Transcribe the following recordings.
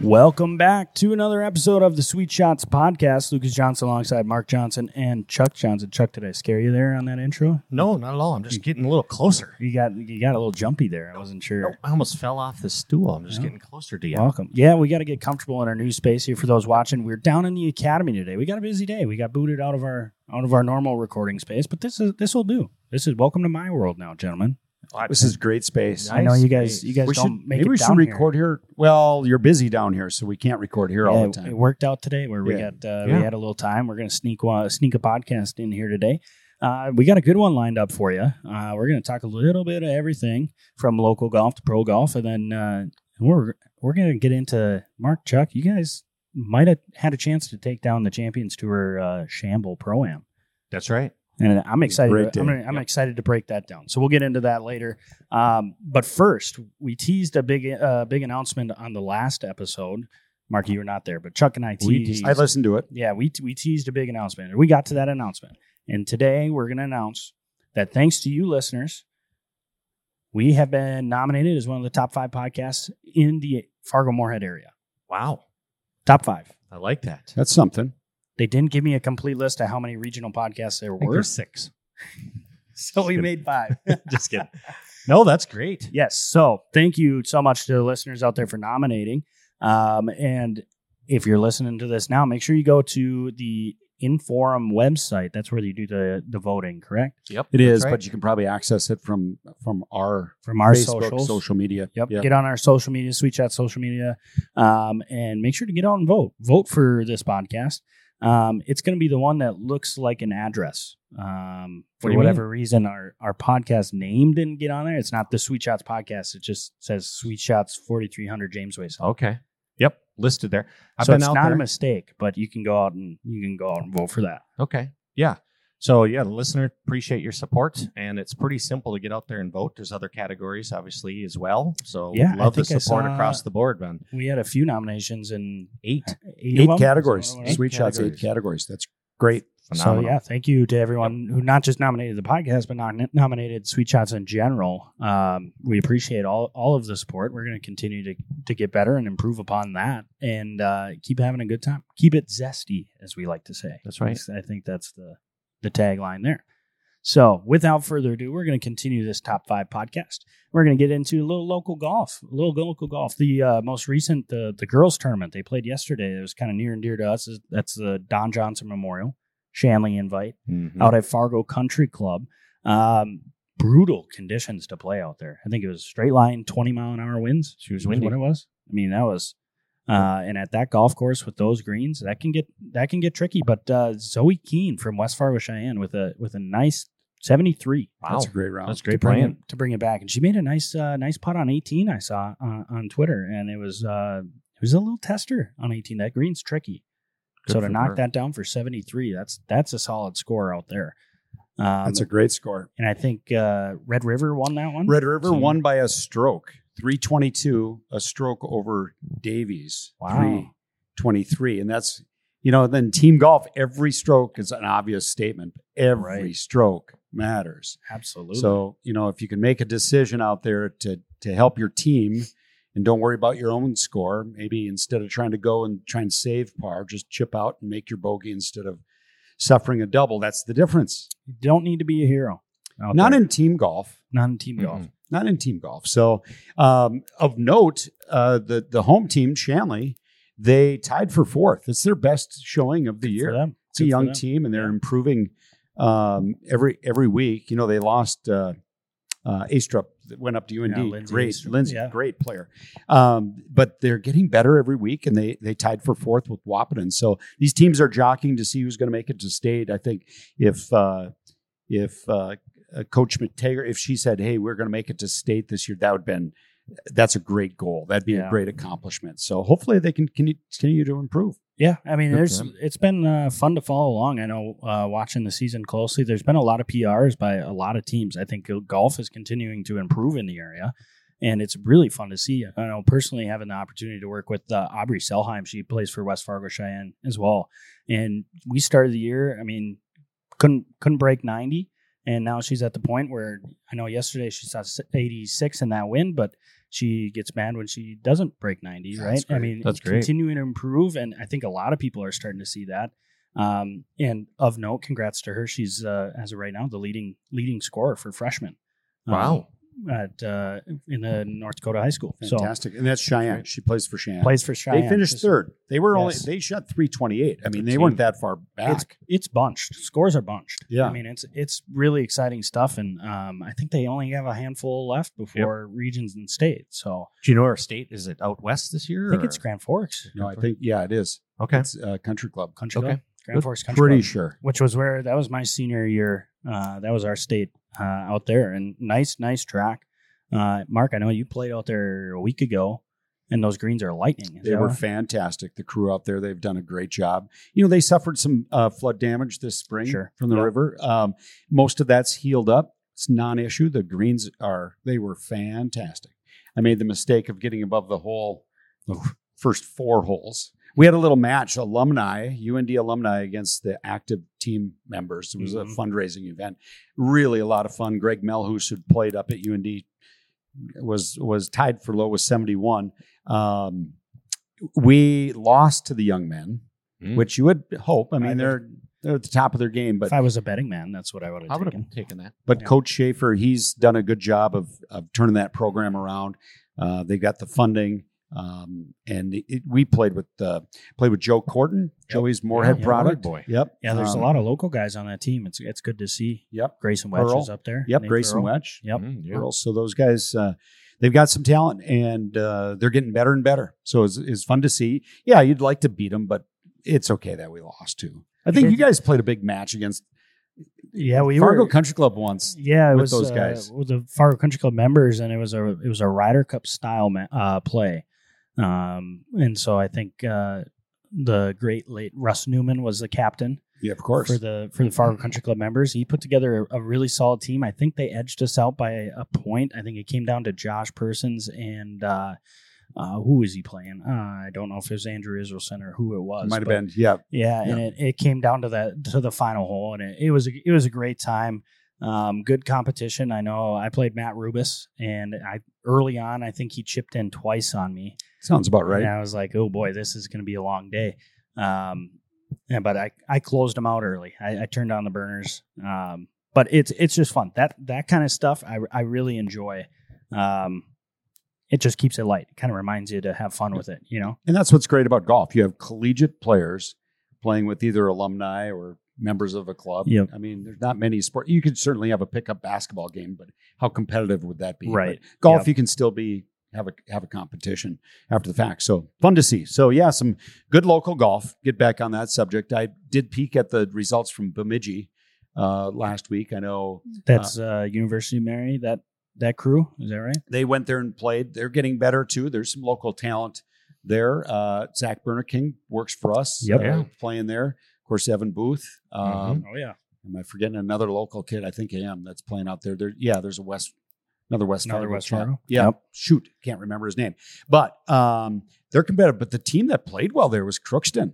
Welcome back to another episode of the Sweet Shots podcast. Lucas Johnson alongside Mark Johnson and Chuck Johnson. Chuck, did I scare you there on that intro? No, not at all. I'm just getting a little closer. You got you got a little jumpy there. I wasn't sure. I almost fell off the stool. I'm just getting closer to you. Welcome. Yeah, we got to get comfortable in our new space here. For those watching, we're down in the academy today. We got a busy day. We got booted out of our out of our normal recording space, but this is this will do. This is welcome to my world now, gentlemen. This is great space. I know you guys. You guys We don't should, make maybe it we down should here. record here. Well, you're busy down here, so we can't record here all Yeah, the it- It time. worked out today where we Yeah. got uh, Yeah. we had a little time. We're gonna sneak one, sneak a podcast in here today. Uh, we got a good one lined up for you. Uh, we're gonna talk a little bit of everything from local golf to pro golf, and then uh, we're we're gonna get into Mark Chuck. You guys might have had a chance to take down the Champions Tour uh, Shamble Pro Am. That's right. And I'm excited. Great to- I'm, day. gonna- I'm excited to break that down. So we'll get into that later. Um, but first, we teased a big, uh, big announcement on the last episode. Mark, you were not there, but Chuck and I We teased. teased. I listened to it. yeah, we we teased a big announcement. We got to that announcement, and today we're going to announce that thanks to you listeners, we have been nominated as one of the top five podcasts in the Fargo Moorhead area. Wow. Top five. I like that. That's something. They didn't give me a complete list of how many regional podcasts there were, We're six. so we made five. Just kidding. No, that's great. Yes. So thank you so much to the listeners out there for nominating. Um, and if you're listening to this now, make sure you go to the Inforum website. That's where you do the, the voting, correct? Yep. It is, right. but you can probably access it from from our, From our Facebook, socials. social media. Yep. Get on our social media, Sweet Chat social media, um, and make sure to get out and vote. Vote for this podcast. Um, it's going to be the one that looks like an address. Um, What for do you whatever reason, our, our podcast name didn't get on there. It's not the Sweet Shots podcast. It just says Sweet Shots 4300 Jamesway. South. Okay. Yep. Listed there. I've so been it's out not there. a mistake, but you can go out and you can go out and vote for that. Okay. Yeah. So yeah, the listener appreciate your support, and it's pretty simple to get out there and vote. There's other categories, obviously, as well. So Yeah, I love the think I support saw- Uh, across the board, man. We had a few nominations and Eight. eight, of Eight them. categories. So, Sweet shots, eight categories. categories. That's great. So Phenomenal. yeah, thank you to everyone who not just nominated the podcast, but not nominated Sweet Shots in general. Um, we appreciate all all of the support. We're going to continue to to get better and improve upon that, and uh, keep having a good time. Keep it zesty, as we like to say. That's right. I think that's the the tagline there. So, without further ado, we're going to continue this top five podcast. We're going to get into a little local golf, a little local golf. The uh, most recent, the the girls tournament they played yesterday. It was kind of near and dear to us. is- That's the Don Johnson Memorial Shanley invite Mhm. out at Fargo Country Club. Um, brutal conditions to play out there. I think it was straight line, twenty mile an hour winds. She was Is windy. what it was. I mean, that was, uh, and at that golf course with those greens, that can get that can get tricky. But uh, Zoe Keene from West Fargo Cheyenne with a with a nice seventy three. Wow. That's a great round. That's To great bring playing. it, to bring it back, and she made a nice uh, nice putt on eighteen. I saw uh, on Twitter, and it was uh, it was a little tester on eighteen. That green's tricky, Good so to for knock her. that down for seventy three, that's that's a solid score out there. Um, That's a great score. and I think uh, Red River won that one. Red River So- won by a stroke, 322, a stroke over Davies, Wow. 323. And that's, you know, then team golf, every stroke is an obvious statement. Every Right. stroke matters. Absolutely. So, you know, if you can make a decision out there to, to help your team and don't worry about your own score, maybe instead of trying to go and try and save par, just chip out and make your bogey instead of suffering a double. That's the difference. you don't need to be a hero. out Not there. in team golf not in team golf. not in team golf. So, um, of note, uh, the the home team Shanley, they tied for fourth. It's their best showing of the for year. them. It's a Good for young them. team, and they're Yeah. improving um, every every week. You know, they lost uh, uh, Astrup that went up to UND. Yeah, Lindsey great, Astrup. Lindsey, Yeah. great player. Um, but they're getting better every week, and they they tied for fourth with Wapiton. So these teams are jockeying to see who's going to make it to state. I think if uh, if uh, uh, Coach McTaggart, if she said, "Hey, we're going to make it to state this year," that would have been that's a great goal. That'd be Yeah. a great accomplishment. So hopefully they can con- continue to improve. Yeah, I mean, Good for there's them. it's been uh, fun to follow along. I know uh, watching the season closely, there's been a lot of PRs by a lot of teams. I think uh, golf is continuing to improve in the area, and it's really fun to see. I know personally having the opportunity to work with uh, Aubrey Selheim. She plays for West Fargo Cheyenne as well, and we started the year. I mean, couldn't couldn't break ninety, And now she's at the point where I know yesterday she saw s- 86 in that win, but she gets mad when she doesn't break 90, That's right? I great. mean, That's great. continuing to improve. And I think a lot of people are starting to see that. Um, and of note, congrats to her. She's, uh, as of right now, the leading leading scorer for freshmen. um, Wow. at uh, in the North Dakota high school. Fantastic. and that's Cheyenne. She plays for Cheyenne. So plays for Cheyenne. They finished third. They were only Yes. they shot three twenty eight. I mean, they Good weren't team. that far It's, back. it's bunched. Scores are bunched. Yeah. I mean it's it's really exciting stuff, and um, I think they only have a handful left before regions and state. So Do you know our state? Is it out west this year? I think it's or- Grand Forks No, I think yeah, it is. Okay. It's uh, Country Club. Country Okay. Club. Grand Forks Country Pretty Club, sure. which was where that was my senior year. Uh, that was our state uh, out there, and nice nice track. Uh, Mark, I know you played out there a week ago, and those greens are lightning. Is They that were right? fantastic. The crew out there, they've done a great job. You know, they suffered some uh, flood damage this spring Sure. from the Yeah. river. Um, most of that's healed up. It's non-issue. The greens are they were fantastic. I made the mistake of getting above the hole the first four holes. We had a little match, alumni, UND alumni against the active team members. It was Mhm. a fundraising event. Really a lot of fun. Greg Melhus, who played up at UND, was was tied for low with 71. Um, we lost to the young men, Mm. which you would hope. I mean, I- they're they're at the top of their game, but if I was a betting man, that's what I would I have would taken. have taken that. but yeah. Coach Schaefer, he's done a good job of of turning that program around. Uh, they got the funding, um, and it, we played with uh, played with Joe Corton, Joey's Moorhead Yeah, product. Boy. Yep. Yeah, there's Um, a lot of local guys on that team. It's it's good to see. Yep. Grayson Wedge Pearl. is up there. Yep. Nate Grayson Pearl. Wetch. Yep. Mm, yeah. Pearl. So those guys, uh, they've got some talent, and uh, they're getting better and better. So it's, it's fun to see. Yeah, you'd like to beat them, but it's okay that we lost too. I think you guys played a big match against Yeah, we Fargo were. Country Club once. yeah, it with was those uh, guys. with the Fargo Country Club members, and it was a it was a Ryder Cup style ma- uh, play, um, and so I think uh, the great late Russ Newman was the captain Yeah, of for the for the Fargo Country Club members. He put together a, a really solid team. I think they edged us out by a point. I think it came down to Josh Persons and uh, uh, who is he playing? Uh, I don't know if it was Andrew Israelson or who it was. Might have but- been. Yeah. Yeah, and it, it came down to that to the final hole, and it, it was a, it was a great time. Um, good competition. I know I played Matt Rubis, and I early on I think he chipped in twice on me, Sounds about right. and I was like, oh boy, this is going to be a long day. Um, yeah, but I I closed him out early. I, I turned on the burners. Um, but it's it's just fun that that kind of stuff I I really enjoy. Um, it just keeps it light. It kind of reminds you to have fun with it, you know. And that's what's great about golf. You have collegiate players playing with either alumni or members of a club. Yep. I mean, there's not many sports. You could certainly have a pickup basketball game, but how competitive would that be? Right. But golf, Yep. you can still be have a have a competition after the fact. So fun to see. So yeah, some good local golf. Get back on that subject. I did peek at the results from Bemidji uh, last week. I know That's uh, University of Mary. That that crew is that right? they went there and played. They're getting better too. There's some local talent there. Uh, Zach Burner King works for us. Yep. uh, Yeah. playing there. Of course, Evan Booth. Um, Oh yeah, Am I forgetting another local kid? I think I am. That's playing out there. There, yeah. There's a West, another West, Another Fargo West chap. Fargo. Yeah. Yep. Shoot, can't remember his name. But um, they're competitive. But the team that played well there was Crookston.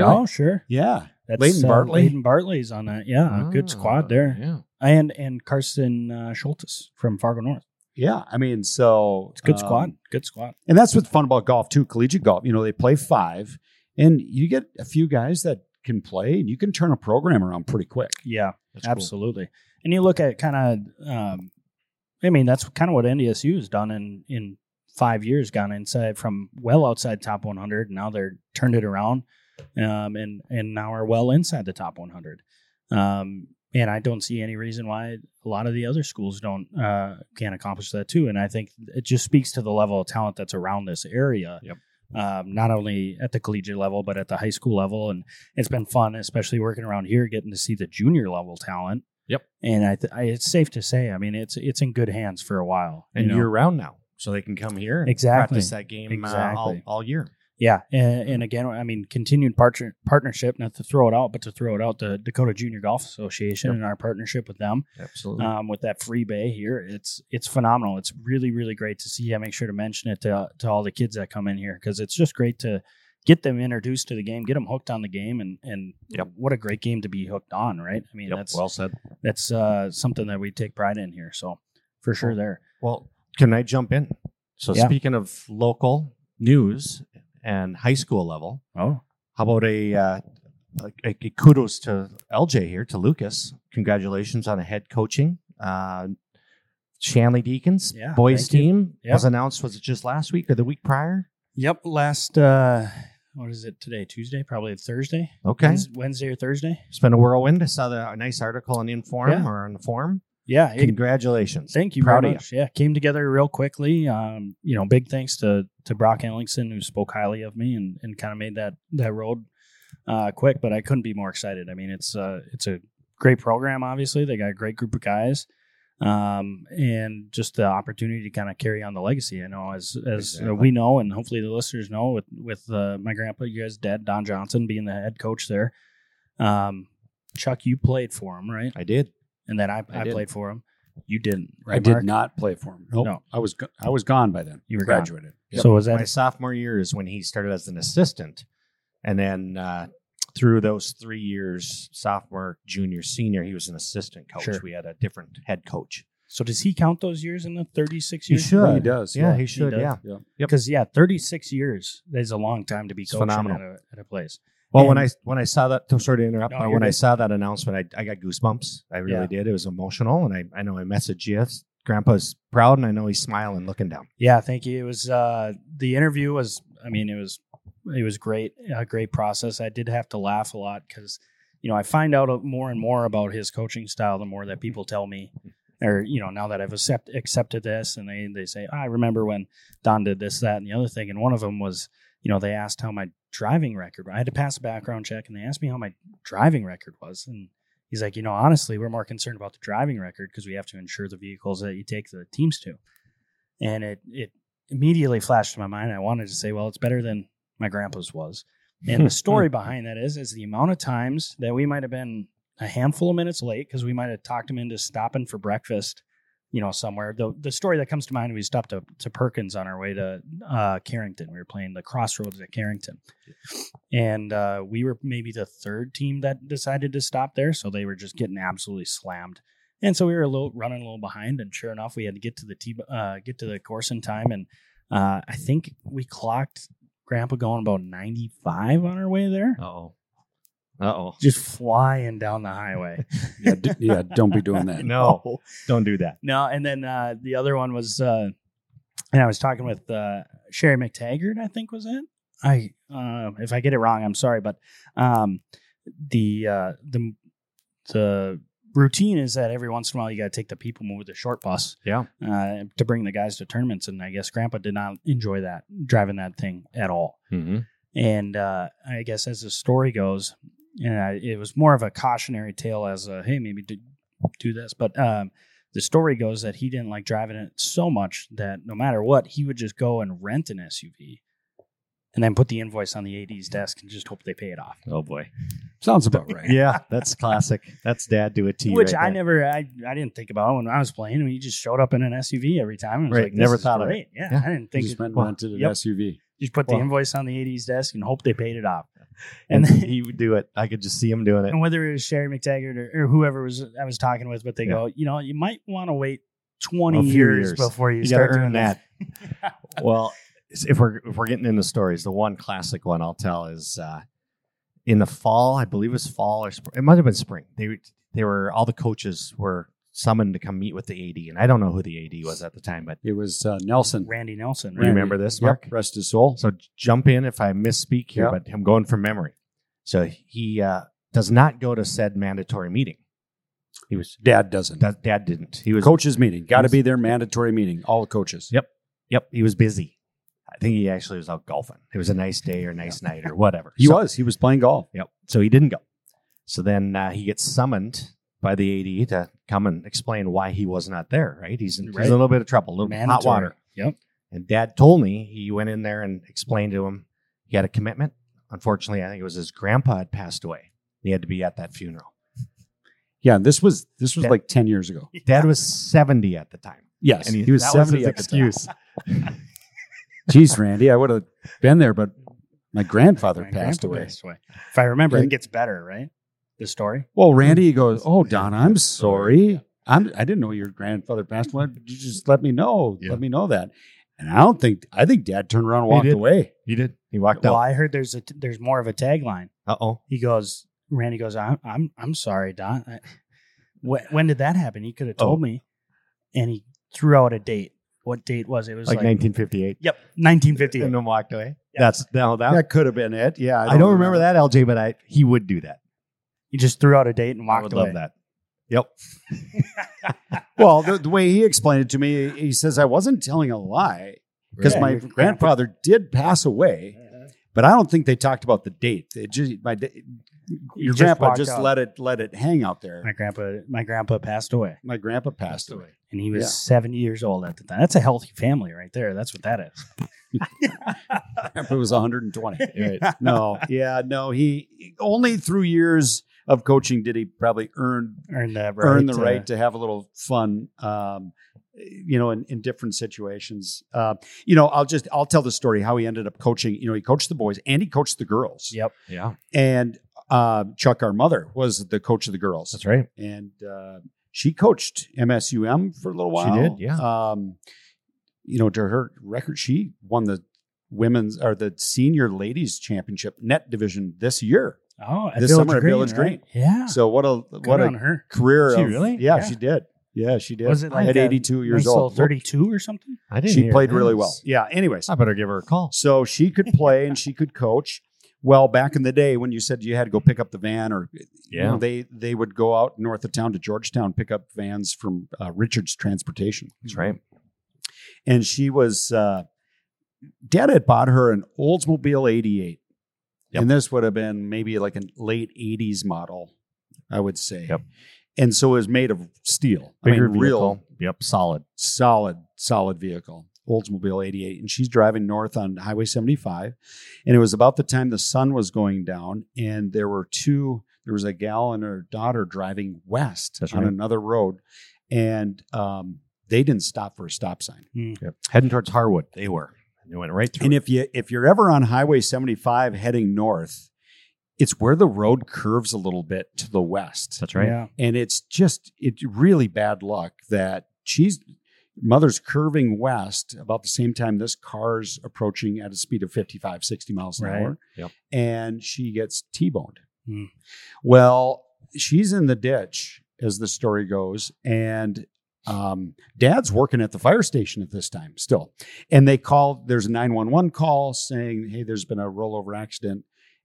Oh sure. Yeah. That's Leighton Bartley? Leighton Bartley's on that. Yeah, Ah, good squad there. Yeah. And and Carson uh, Schultes from Fargo North. Yeah. I mean, so It's a good um, squad. Good squad. And that's what's fun about golf too, collegiate golf. You know, they play five, and you get a few guys that can play, and you can turn a program around pretty quick. Yeah, That's cool. absolutely. And you look at kind of. Um, I mean, that's kind of what NDSU has done in in five years. Gone inside from well outside top 100. Now they're turned it around, um, and and now are well inside the top 100. Um, and I don't see any reason why a lot of the other schools don't uh, can't accomplish that too. And I think it just speaks to the level of talent that's around this area. Yep. Um, not only at the collegiate level, but at the high school level, and it's been fun, especially working around here, getting to see the junior level talent. Yep. And I, th- I it's safe to say, I mean, it's it's in good hands for a while. you And know? year round now. So they can come here and Exactly. practice that game uh, all, Exactly. all year. yeah, and, and again, I mean, continued partner, partnership, not to throw it out, but to throw it out, the Dakota Junior Golf Association Yep. and our partnership with them Absolutely. um, with that free bay here. It's it's phenomenal. It's really really great to see. I make sure to mention it to to all the kids that come in here because it's just great to get them introduced to the game, get them hooked on the game, and and Yep. what a great game to be hooked on, right? I mean, that's well said. that's uh, something that we take pride in here. So for sure, there. Well, can I jump in? So Yeah. speaking of local news and high school level, Oh, how about a, uh, a, a kudos to LJ here to Lucas. Congratulations on a head coaching. Uh, Shanley Deacons Yeah, boys thank you. team Yep. was announced. Was it just last week or the week prior? yep. Last uh, what is it today? Tuesday, probably Thursday. Okay, Wednes- Wednesday or Thursday. it's been a whirlwind. I saw the, a nice article on Inform Yeah. or on the forum. Yeah, it- Congratulations! Thank you Proud very of much. Yeah, came together real quickly. Um, you know, big thanks to to Brock Ellingson who spoke highly of me and, and kind of made that that road uh, quick. But I couldn't be more excited. I mean, it's uh, it's a great program. Obviously, they got a great group of guys, um, and just the opportunity to kind of carry on the legacy. I know as as uh, Exactly. we know, and hopefully the listeners know with with uh, my grandpa, you guys' dad, Don Johnson, being the head coach there. Um, Chuck, you played for him, right? I did. And then I, I I, did. played for him. You didn't, right? I did Mark? not play for him. Nope. No. I was go- I was gone by then. You were gone. graduated. Yep. So was that my sophomore year is when he started as an assistant, and then uh, through those three years, sophomore, junior, senior, he was an assistant coach. Sure. We had a different head coach. so? Does he count those years in the thirty-six He years? should. Well, he does. Yeah, yeah. he should. does. yeah. Yep. Because yeah, thirty-six years is a long time to be It's coaching at phenomenal. a, at a place. Well, when And- I when I saw that, to sort of interrupt, No, but you're when I good. saw that announcement, I, I got goosebumps. I really Yeah. did. It was emotional, and I I know I messaged you. Grandpa's proud, and I know he's smiling, looking down. Yeah, thank you. It was uh, the interview was. I mean, it was it was great, a great process. I did have to laugh a lot because you know I find out more and more about his coaching style the more that people tell me, or you know now that I've accept, accepted this and they they say I remember when Don did this, that, and the other thing. And one of them was you know they asked how my driving record. I had to pass a background check, and they asked me how my driving record was and. He's like, you know, honestly, we're more concerned about the driving record because we have to insure the vehicles that you take the teams to and it it immediately flashed in my mind. I wanted to say, well, it's better than my grandpa's was. And the story behind that is is the amount of times that we might have been a handful of minutes late because we might have talked him into stopping for breakfast, you know, somewhere. The the story that comes to mind, we stopped to, to Perkins on our way to uh, Carrington. We were playing the crossroads at Carrington. And uh, we were maybe the third team that decided to stop there. So they were just getting absolutely slammed. And so we were a little running a little behind, and sure enough, we had to get to the t- uh, get to the course in time. And uh, I think we clocked Grandpa going about ninety five on our way there, oh, uh oh, just flying down the highway. yeah, d- yeah, don't be doing that. no, don't do that. No, and then uh, the other one was, uh, and I was talking with uh, Sherry McTaggart, I think was it. I uh, if I get it wrong, I'm sorry, but um, the uh, the the routine is that every once in a while you got to take the people move the short bus, Yeah. uh, to bring the guys to tournaments, and I guess Grandpa did not enjoy that driving that thing at all. Mm-hmm. And uh, I guess as the story goes, and I, it was more of a cautionary tale as a hey, maybe do, do this. But um, the story goes that he didn't like driving it so much that no matter what, he would just go and rent an SUV and then put the invoice on the AD's desk and just hope they pay it off. Oh boy. Sounds about right. Yeah, that's classic. That's dad do it to you. Which right I there. never, I, I didn't think about when I was playing. I mean, he just showed up in an SUV every time. And was Right, like, this never is thought of it. great. Yeah, Yeah. I didn't He think just it, went and well, rented an yep. SUV. just put Well- the invoice on the AD's desk and hope they paid it off. and And then he would do it. I could just see him doing it. and whether it was Sherry McTaggart or, or whoever was I was talking with, but they Yeah. go, you know, you might want to wait twenty A few years, years. before you, You got to start earn doing that. well, if we're if we're getting into stories, the one classic one I'll tell is uh, in the fall. I believe it was fall or spring. It might have been spring. They they were all the coaches were summoned to come meet with the AD, and I don't know who the AD was at the time, but It was uh, Nelson. Randy Nelson, Randy. right? Remember this, Yep, Mark? Rest his soul. So j- jump in if I misspeak here, Yeah. but I'm going from memory. So he uh, does not go to said mandatory meeting. He was Dad doesn't. dad, dad didn't. He was coaches meeting. Got to Yes. be there. Mandatory meeting. All coaches. Yep. Yep, he was busy. I think he actually was out golfing. It was a nice day or nice night or whatever. He So- was. He was playing golf. Yep. So he didn't go. So then uh, he gets summoned by the AD to come and explain why he was not there. Right? He's in, he's in Right. a little bit of trouble, a little hot Mandatory. water. Yep. And Dad told me he went in there and explained to him he had a commitment. Unfortunately, I think it was his grandpa had passed away. He had to be at that funeral. Yeah. This was this was That- like ten years ago. Dad was seventy at the time, Yes. and he, was that seventy. his at the time. excuse. Jeez, Randy, I would have been there, but my grandfather My passed grandpa away. If I remember, And- it gets better, right? the story? Well, Randy goes, "Oh, Don, I'm sorry. I'm I didn't know your grandfather passed away. But you just let me know. Yeah. Let me know that." And I don't think I think Dad turned around and He walked did. away. He did. He walked Well, out. I heard there's a t- there's more of a tagline. Uh oh. He goes, Randy goes, I'm I'm, I'm sorry, Don. I, wh- when did that happen? He could have told Oh. me. And he threw out a date. What date was it? It was Like like, 1958. Yep, 1958. And then walked away. Yeah. That's no that. That could have been it. Yeah, I don't, remember, that LJ, but I he would do that. He just threw out a date and I walked would away. love that. Yep. Well, the, the way he explained it to me, he says I wasn't telling a lie because Right. my Your grandfather did pass away. but I don't think they talked about the date. They just my da- your just grandpa walked just out. let it let it hang out there. My grandpa, my grandpa passed away, My grandpa passed away. and he was Yeah. 70 years old at the time. That's a healthy family right there. That's what that is. Grandpa was 120. You're right. No, yeah, no. He only through years of coaching did he probably earn Earn the right. uh, earn the to- right to have a little fun. Um, you know, in, in different situations. Uh, you know, I'll just I'll tell the story how he ended up coaching. You know, he coached the boys and he coached the girls. Yep. yeah. And uh, Chuck, our mother, was the coach of the girls. That's right. and uh, she coached MSUM for a little while. did, yeah. Um, you know, to her record, she won the women's or the senior ladies championship net division this year. Oh, at This Village summer at Green, Village right? Green. Yeah. So what a Good what on a her. career! She of- really? Yeah, Yeah. she did. Yeah, she did. Was it like at that 82 years Nice little old? 32 or something? I didn't. She hear played this. really well. Yeah. Anyways, I better give her a call. so she could play and she could coach. Well, back in the day when you said you had to go pick up the van or you Mm. know, they they would go out north of town to Georgetown, pick up vans from uh, Richards Transportation, That's right. and she was. Uh, Dad had bought her an Oldsmobile '88, Yep. and this would have been maybe like a late '80s model, I would say. Yep. And so it was made of steel, I Bigger mean, vehicle. real Yep. Solid. solid, solid vehicle, Oldsmobile 88. And she's driving north on Highway 75. And it was about the time the sun was going down. And there were two, there was a gal and her daughter driving west That's on right. another road. And um, they didn't stop for a stop sign. Yep. Heading towards Harwood. They were. And they went right through. And it. if you if you're ever on Highway 75 heading north, it's where the road curves a little bit to the west. That's right. Yeah. and it's just it's really bad luck that she's mother's curving west about the same time this car's approaching at a speed of 55 60 miles an Right. hour Yep. and she gets t-boned Hmm. well she's in the ditch as the story goes and um, dad's working at the fire station at this time still and they call there's a 911 call saying hey there's been a rollover accident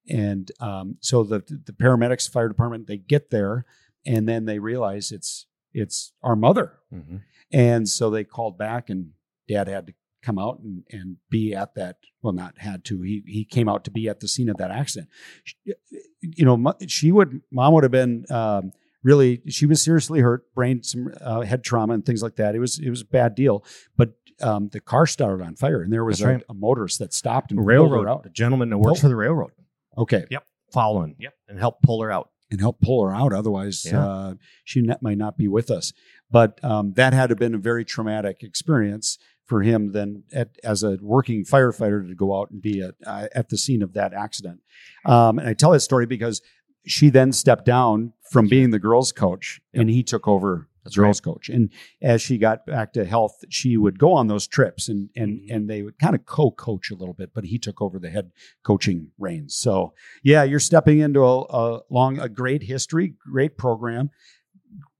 and um, so the the paramedics fire department they get there and then they realize it's it's our mother Mhm. and so they called back and dad had to come out and, and be at that well not had to he he came out to be at the scene of that accident She- you know mo- she would mom would have been um, really she was seriously hurt brain some uh, head trauma and things like that it was it was a bad deal but um, the car started on fire and there was a, That's right. a motorist that stopped and pulled her Railroad. out The gentleman that works Nope. for the railroad. okay Following. Yep. And helped pull her out. and help pull her out. Otherwise, Yeah. uh, she not, might not be with us. But um, that had to have been a very traumatic experience for him then at, as a working firefighter to go out and be at, uh, at the scene of that accident. Um, and I tell that story because she then stepped down from being the girls coach and he took over as That's girls coach. And as she got back to health, she would go on those trips and, and, Mhm. and they would kind of co-coach a little bit, but he took over the head coaching reins. So, yeah, you're stepping into a, a long, a great history, great program,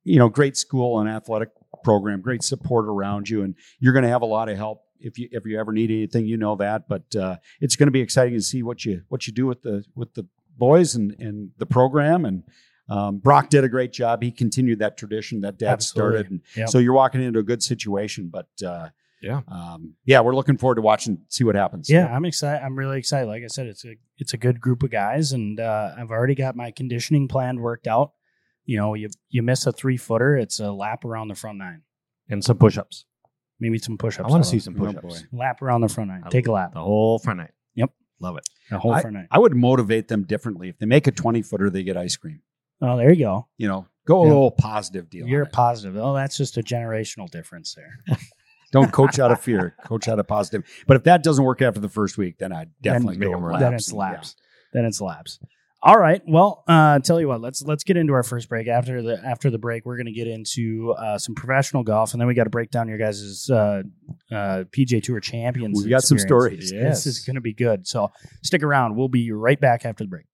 you know, great school and athletic program, great support around you, and you're going to have a lot of help if you if you ever need anything, you know that. But uh, it's going to be exciting to see what you what you do with the with the boys and and the program and. Um, Brock did a great job. He continued that tradition that Dad Absolutely. started, and Yep. so you're walking into a good situation. But uh, Yeah. um, yeah, we're looking forward to watching, see what happens. Yeah, I'm excited. I'm really excited. Like I said, it's a it's a good group of guys, and uh, I've already got my conditioning plan worked out. You know, you you miss a three footer, it's a lap around the front nine, And some push ups. maybe some push ups. I want to see some Oh, push boy. ups. lap around the front nine. I Take a love lap, The whole front night. Yep. Love it. the whole front nine. I would motivate them differently. If they make a 20 footer, they get ice cream. Oh, there you go. You know, go a Yeah. little positive deal. You're on it. positive. Oh, that's just a generational difference there. Don't coach out of fear, coach out of positive. But if that doesn't work after the first week, then I definitely make go 'em with run. Then laps it's and- laps. Then it's laps. All right. Well, uh, tell you what. Let's let's get into our first break. After the after the break, we're going to get into uh, some professional golf, and then we got to break down your guys' uh, uh, PJ Tour champions. We've got some experiences. stories. This is going to be good. So stick around. We'll be right back after the break.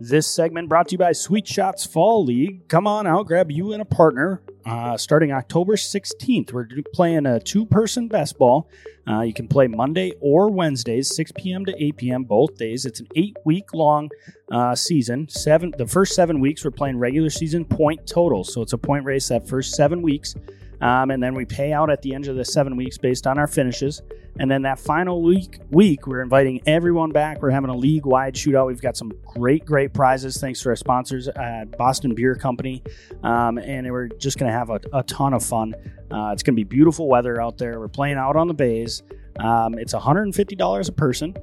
This segment brought to you by Sweet Shots Fall League. Come on out, grab you and a partner. Uh, starting October 16th, we're playing a two person best ball. Uh, you can play Monday or Wednesdays, 6 p.m. to 8 p.m. both days. It's an eight-week long uh, season. Seven, the first seven weeks we're playing regular season point totals, so it's a point race that first seven weeks, um, and then we pay out at the end of the seven weeks based on our finishes. And then that final week, week we're inviting everyone back. We're having a league-wide shootout. We've got some great, great prizes thanks to our sponsors at Boston Beer Company, um, and we're just going to have a, a ton of fun. Uh, it's going to be beautiful weather out there. We're playing out on the bays. Um, it's $150 a person.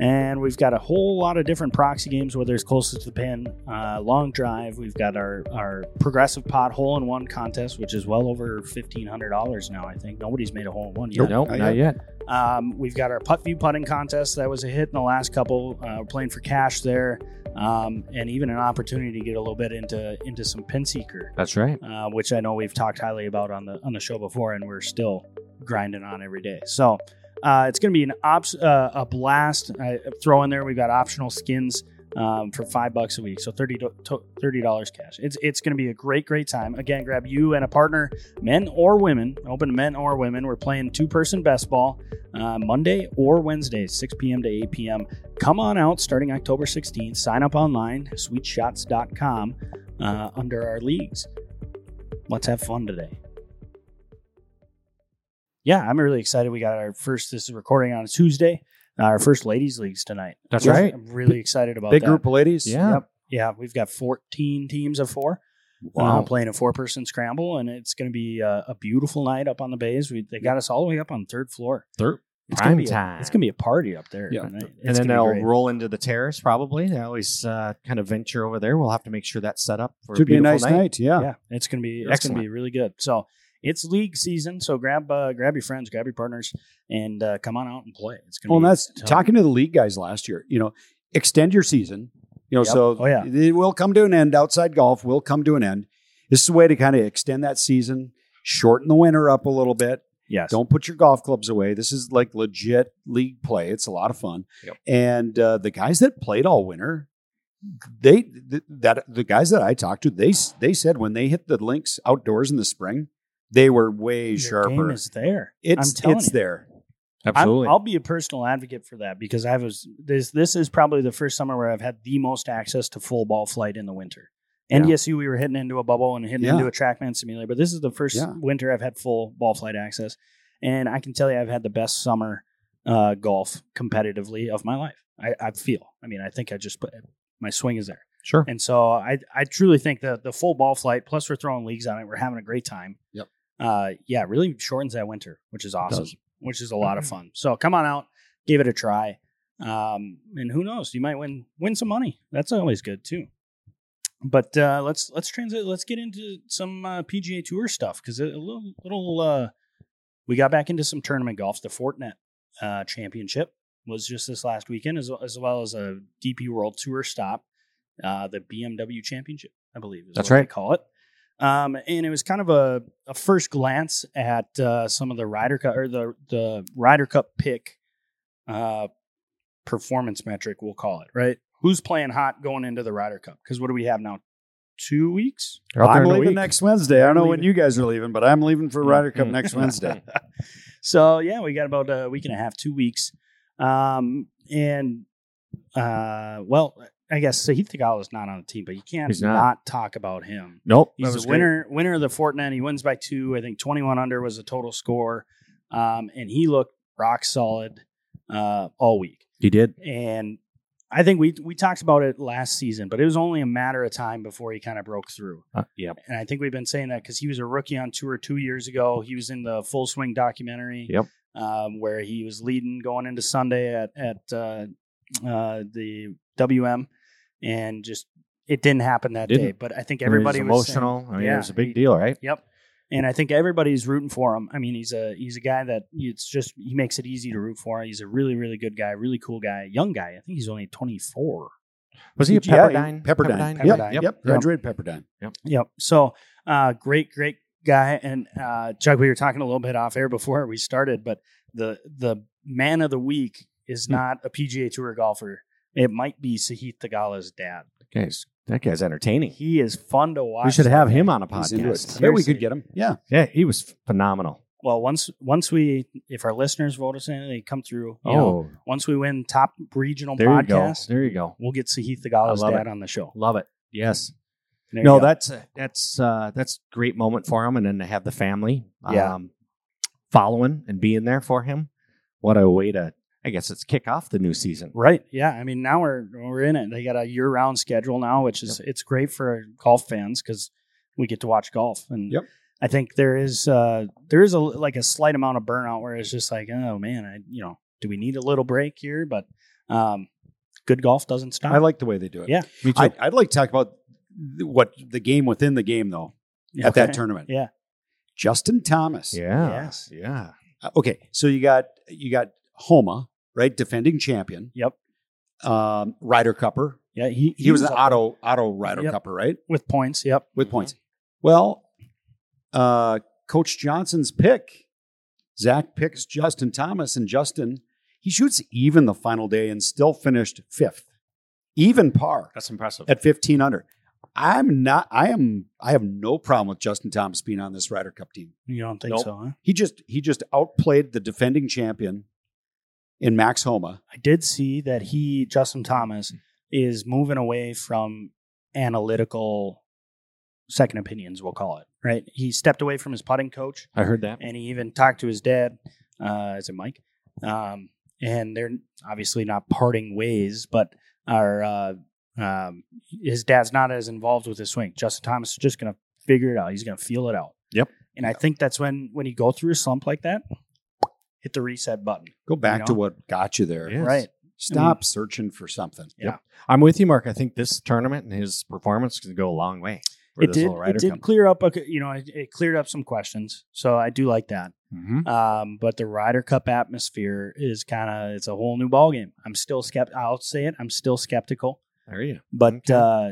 And we've got a whole lot of different proxy games, whether it's closest to the pin, uh, long drive. We've got our, our progressive pot hole in one contest, which is well over $1,500 now, I think. Nobody's made a hole in one yet. Nope, not not yet. Um, we've got our putt view putting contest that was a hit in the last couple. Uh, we're playing for cash there, um, and even an opportunity to get a little bit into into some pin seeker That's right. uh, which I know we've talked highly about on the on the show before, and we're still grinding on every day. So uh, it's going to be an ops uh, a blast. I throw in there we've got optional skins um, for five bucks a week, so thirty dollars cash. It's it's going to be a great great time. Again, grab you and a partner, men or women. Open to men or women. We're playing two person best ball uh, Monday or Wednesday, six p.m. to eight p.m. Come on out starting October 16th. Sign up online, sweetshots.com, uh, under our leagues let's have fun today. Yeah, I'm really excited. We got our first. This is recording on a Tuesday. Our first ladies' leagues tonight. That's Which right. I'm really excited about Big that. group of ladies. Yeah. Yep. Yeah, we've got 14 teams of four uh, playing a four-person scramble, and it's going to be uh, a beautiful night up on the bays. We, they got us all the way up on third floor. Third. It's gonna Prime be a- time. it's going to be a party up there. Yeah. tonight. and It's gonna then be they'll great. roll into the terrace probably. They always uh, kind of venture over there. We'll have to make sure that's set up for Should be a beautiful nice night. Yeah. yeah, it's gonna be it's gonna be really good. So it's league season, so grab uh, grab your friends, grab your partners, and uh, come on out and play. It's gonna Well, and be that's tough. talking to the league guys last year. You know, extend your season. You know, Yep. so Oh, yeah. it will come to an end. Outside golf will come to an end. This is a way to kind of extend that season, shorten the winter up a little bit. yes. Don't put your golf clubs away. This is like legit league play. It's a lot of fun. Yep. And uh, the guys that played all winter, they th- that the guys that I talked to, they s- they said when they hit the links outdoors in the spring, they were way Your game sharper. is there. I'm it's telling it's you. there. I'm, I'll be a personal advocate for that because I was this. This is probably the first summer where I've had the most access to full ball flight in the winter. Yeah. NDSU, we were hitting into a bubble and hitting Yeah. into a TrackMan simulator, but this is the first Yeah. winter I've had full ball flight access, and I can tell you I've had the best summer uh, golf competitively of my life. I, I feel. I mean, I think I just put my swing is there, sure. and so I I truly think that the full ball flight plus we're throwing leagues on it, we're having a great time. Yep. Uh, yeah, it really shortens that winter, which is awesome does. Mm-hmm. which is a lot of fun. So come on out, give it a try, um, and who knows, you might win win some money. That's always good too. But uh, let's let's transit. Let's get into some uh, PGA Tour stuff because a little little uh, we got back into some tournament golf. The Fortinet uh, Championship was just this last weekend, as as well as a DP World Tour stop, uh, the BMW Championship, I believe. Is That's what They right. call it. Um, and it was kind of a, a first glance at uh, some of the Ryder Cup or the the Ryder Cup pick uh, performance metric, we'll call it. Right? Who's playing hot going into the Ryder Cup? Because what do we have now? Two weeks. I'm leaving next Wednesday. I don't know when Leaving. you guys are leaving, but I'm leaving for Ryder Cup Mm. next Wednesday. So yeah, we got about a week and a half, two weeks, um, and uh, well, I guess Sahith Tagal is not on the team, but you can't He's not. not talk about him. Nope. that He's was the great. winner winner of the Fortnite. He wins by two. I think 21 under was the total score. Um, and he looked rock solid uh, all week. He did. And I think we we talked about it last season, but it was only a matter of time before he kind of broke through. Uh, yep. And I think we've been saying that because he was a rookie on tour two years ago. He was in the Full Swing documentary, Yep. um, where he was leading going into Sunday at at uh, uh, the WM, and just it didn't happen that Didn't. day. But I think I mean, it was everybody was saying- emotional. I mean, Yeah, it was a big he- deal, right? Yep. And I think everybody's rooting for him. I mean, he's a he's a guy that it's just he makes it easy to root for. He's a really really good guy, really cool guy, young guy. I think he's only 24. Was he a Yeah, Pepperdine? Pepperdine. Pepperdine? Yep. guy? Yep. Yep. Graduated Pepperdine. Yep. So, uh, great, great guy. And uh, Chuck, we were talking a little bit off air before we started, but the the man of the week Hmm. is not a PGA Tour golfer. It might be Sahith Tagala's dad. That guy's, that guy's entertaining. He is fun to watch. We should have him on a He's into it. podcast. I bet we could get him. Yeah. Yeah, he was phenomenal. Well, once once we, if our listeners vote us in, they come through. You know, Oh, once we win top regional there you go. podcast, There you go. we'll get Sahith I Tagala's love dad on the show. Love it. Yes. There no, you go. that's that's uh, that's a great moment for him, and then to have the family, Yeah. um, following and being there for him. What a way to! I guess it's kick off the new season. Right. Yeah. I mean, now we're we're in it. They got a year round schedule now, which is it's great for golf fans because we get to watch golf. And Yep. I think there is uh there is a like a slight amount of burnout where it's just like, oh man, I you know, do we need a little break here? But um, good golf doesn't stop. I like the way they do it. Yeah. Me I, I'd like to talk about th- what the game within the game, though, at that Okay. tournament. Yeah. Justin Thomas. yeah. Yes. Yeah. Uh, Okay. So you got you got Homa, right? Defending champion. Yep. Um, Ryder Cupper. Yeah. He He was an up auto auto Ryder Yep. Mm-hmm. Cupper, right? with points. Yep. With points. Well, uh, Coach Johnson's pick. Zach picks Justin Thomas, and Justin he shoots even the final day and still finished fifth, even par That's impressive. at fifteen under. I'm not. I am. I have no problem with Justin Thomas being on this Ryder Cup team. You don't think Nope. so, huh? He just he just outplayed the defending champion in Max Homa. I did see that he, Justin Thomas, is moving away from analytical second opinions, we'll call it, right? He stepped away from his putting coach I heard that. and he even talked to his dad, uh, is it Mike? Um, and they're obviously not parting ways, but are, uh, um, his dad's not as involved with his swing. Justin Thomas is just going to figure it out. He's going to feel it out. Yep. And I think that's when, when you go through a slump like that, hit the reset button. Go back You to know? what got you there. Yeah. Yes. Right. Stop searching for something. Yeah. I'm with you, Mark. I think this tournament and his performance can go a long way. For it this did. Little Ryder It did Cup. clear up. A, you know, it, it cleared up some questions. So I do like that. Mhm. Um, but the Ryder Cup atmosphere is kind of it's a whole new ballgame. I'm still skept. I'll say it. I'm still skeptical. There you. But Okay. uh,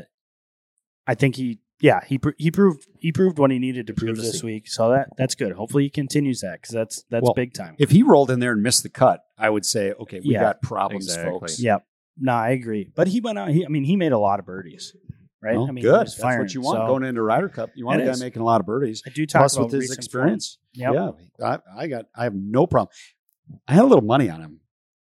I think he, yeah, he pr- he proved he proved what he needed to prove to this see. week. So that that's good. Hopefully he continues that because that's that's Well, big time. If he rolled in there and missed the cut, I would say, okay, we Yeah. got problems, Exactly. folks. yeah. No, I agree. But he went out. He, I mean, he made a lot of birdies, right? Well, I mean, he good. was That's firing, what you want so- going into Ryder Cup. You want It a guy is. making a lot of birdies. I do talk Plus, about with his recent form. experience, Yep. Oh, yeah, I, I got, I have no problem. I had a little money on him.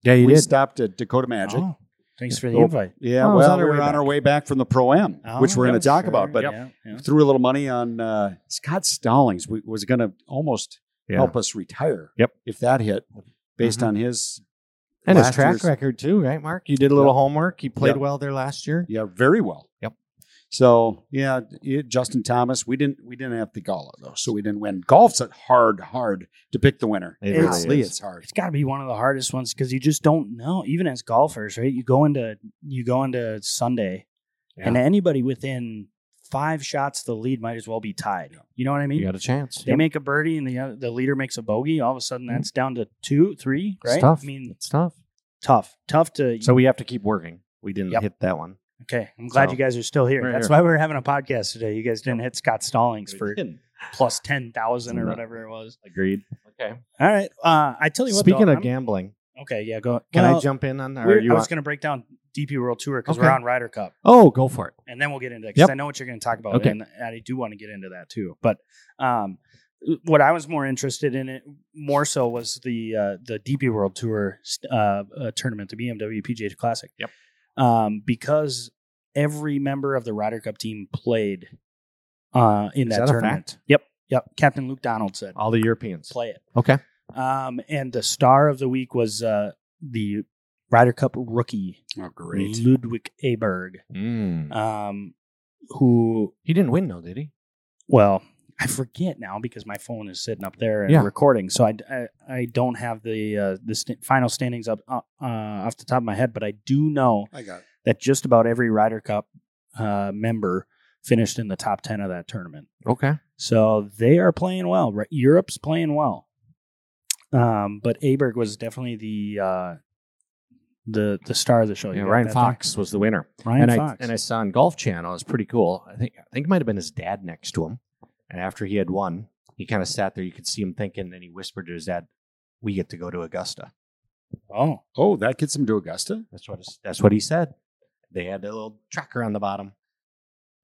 Yeah, you we did. stopped at Dakota Magic. Oh, thanks for the Oh, invite. Yeah, Oh, it was well, on our we way were on back. our way back from the pro am, which Oh, we're Oh, going to talk about. But yeah, yeah. threw a little money on uh, Scott Stallings. We, was going to almost Yeah. help us retire. Yep. if that hit, based Mhm. on his And his last track year's- record too, right, Mark? You did a little Yeah. homework. He played Yeah. well there last year. Yeah, very well. Yep. So yeah, it, Justin Thomas. We didn't we didn't have the gala though, so we didn't win. Golf's a hard, hard to pick the winner. It really Golly, is. it's hard. it's got to be one of the hardest ones because you just don't know. Even as golfers, right? You go into you go into Sunday, and Yeah. anybody within five shots of the lead might as well be tied. You know what I mean? You got a chance. They make a birdie, and the other, the leader makes a bogey. All of a sudden, that's down to two, three. Mm-hmm. It's Right? tough. I mean, it's tough. tough, tough to. So we have to keep working. We didn't Yep. hit that one. okay, I'm glad so- you guys are still here. We're that's here. why we're having a podcast today. You guys didn't hit Scott Stallings for plus ten thousand or No. whatever it was. Agreed. Okay. All right, uh, I tell you what. Speaking though, of I'm- gambling, okay, yeah, go. can I well, jump in on? Or We're- you I was want, going to break down DP World Tour because Okay. we're on Ryder Cup, oh, go for it. and then we'll get into it because Yep. I know what you're going to talk about, Okay. and I do want to get into that too. But um, what I was more interested in it more so was the uh, the DP World Tour uh, uh, tournament, the BMW PGA Classic. Yep. Um, because every member of the Ryder Cup team played uh, in Is that, that a tournament. fact? Yep, yep. Captain Luke Donald said, All the Europeans. "Play it." Okay. Um, and the star of the week was uh, the Ryder Cup rookie Oh, great. Ludwig Aberg, Mm. um, who, he didn't win though, did he? well, I forget now because my phone is sitting up there and Yeah. recording, so I, I, I don't have the uh, the st- final standings up uh, uh, off the top of my head, but I do know I got. It. that just about every Ryder Cup uh, member finished in the top ten of that tournament. Okay. So they are playing well. Right? Europe's playing well, um, but Aberg was definitely the uh, the the star of the show. Yeah, Oh, got Ryan that Fox was the winner. thing? Ryan and Fox. I and I saw on Golf Channel. It was pretty cool. I think I think it might have been his dad next to him. And after he had won, he kind of sat there. You could see him thinking, and he whispered to his dad, "We get to go to Augusta." oh, Oh, that gets him to Augusta. That's what it's, that's what he said. They had that little tracker on the bottom.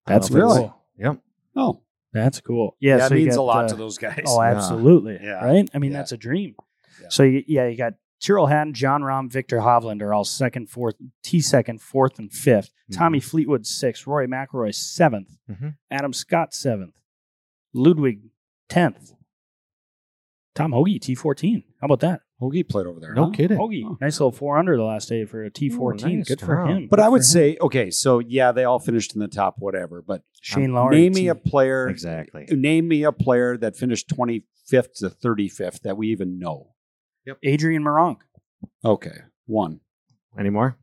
I That's don't know if it's- really- yep. Oh, that's cool. Yeah, that so you means got, a lot uh, to those guys. Oh, Yeah. absolutely. Yeah. Right? I mean, Yeah. that's a dream. Yeah. So, you, yeah, you got Tyrrell Hatton, John Rahm, Victor Hovland are all second, fourth, T second, fourth, and 5th Mm-hmm. Mhm. Tommy Fleetwood, sixth. Rory McIlroy, seventh. Mhm. Adam Scott, seventh. Ludwig, 10th. Tom Hoagie, T14. How about that? Hoagie Oh, played over there. No huh? kidding. Hoagie, Oh. nice little four under the last day for a T14. nice, Good for Tom. him. But Good I would for him. say, okay, so yeah, they all finished in the top, whatever. But Shane um, Lowry. name me T- a player. Exactly. Name me a player that finished twenty fifth to thirty fifth that we even know. Adrian Moronk. Okay, one. Anymore?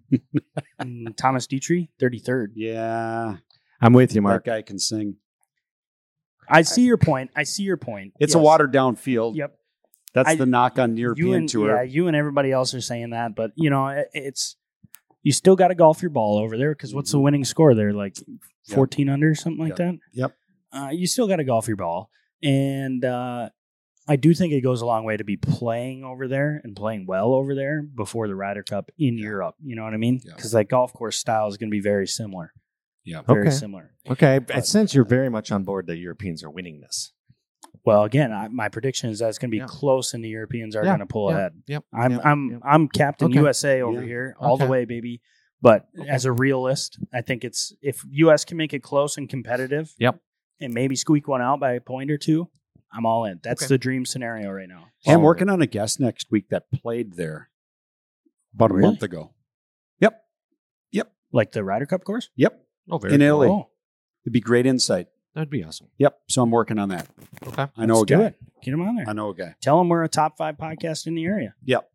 Mm, Thomas Dietrich, 33rd. Yeah, I'm with you, Mark. that guy can sing. I see your point. I see your point. It's a Yes. watered down field. Yep. That's I- the knock on the you European and, tour. Yeah, you and everybody else are saying that, but you know, it, it's you still got to golf your ball over there because Mm-hmm. what's the winning score there? Like fourteen under, something like that. Yep. Uh, you still got to golf your ball, and uh, I do think it goes a long way to be playing over there and playing well over there before the Ryder Cup in Europe. You know what I mean? Yeah. Because that golf course style is going to be very similar. Yeah. very Okay. similar. Okay. I sense you're very much on board that Europeans are winning this. Well, again, I, my prediction is that it's going to be Yeah. close, and the Europeans are Yeah, going to pull yeah, ahead. Yep. I'm I'm I'm Captain Okay. USA over Yeah. here all the Okay. way, baby. But Okay. as a realist, I think it's if US can make it close and competitive, Yep. and maybe squeak one out by a point or two, I'm all in. That's Okay. the dream scenario right now. Hey, I'm Follow working on a guest next week that played there about a Really? month ago. Like the Ryder Cup course? Yep. Oh, very In cool. Italy. Oh, It'd be great insight. That'd be awesome. Yep. So I'm working on that. Okay. I know let's a guy. do it. Get him on there. I know a guy. Tell him we're a top five podcast in the area. Yep.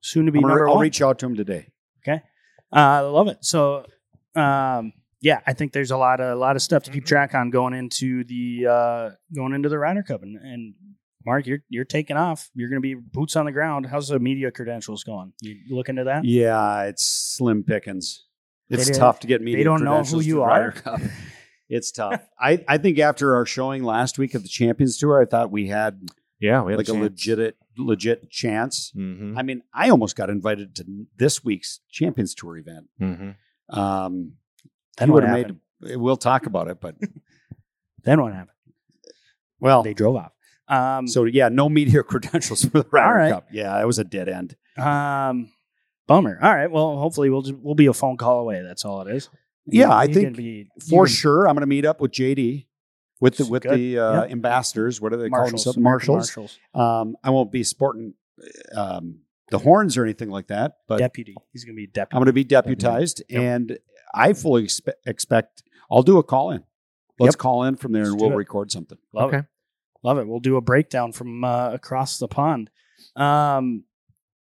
Soon to be I'm gonna- number I'll one. reach out to him today. Uh, I love it. So, um, yeah, I think there's a lot of a lot of stuff to keep Mm-hmm. track on going into the uh, going into the Ryder Cup, and, and Mark, you're you're taking off. You're going to be boots on the ground. How's the media credentials going? You look into that. Yeah, it's slim pickings. It's They don't- tough to get media. they don't know who credentials you to the are. Ryder Cup. It's tough. I, I think after our showing last week of the Champions Tour, I thought we had Yeah. We had like a, legit legit chance. Mm-hmm. I mean, I almost got invited to this week's Champions Tour event. Mm-hmm. Um, Then he what would happened? have made. We'll talk about it, but then what happened? well, They drove off. Um, so yeah, no media credentials for the All Ryder right. Cup. Yeah, that was a dead end. um, bummer. All right. Well, hopefully we'll just, we'll be a phone call away. That's all it is. Yeah, I You think can be, For you sure, I'm going to meet up with JD with the It's with good. the uh, Yep. ambassadors. What do they can- call marshals, themselves? American Marshals. Um, I won't be sporting um, the horns or anything like that, but deputy. He's going to be deputy. I'm going to be deputized, Yep. and I fully expe- expect I'll do a call in. Let's Yep. call in from there, and Let's we'll do it. record something. Love Okay. it. Love it. We'll do a breakdown from uh, across the pond. Um,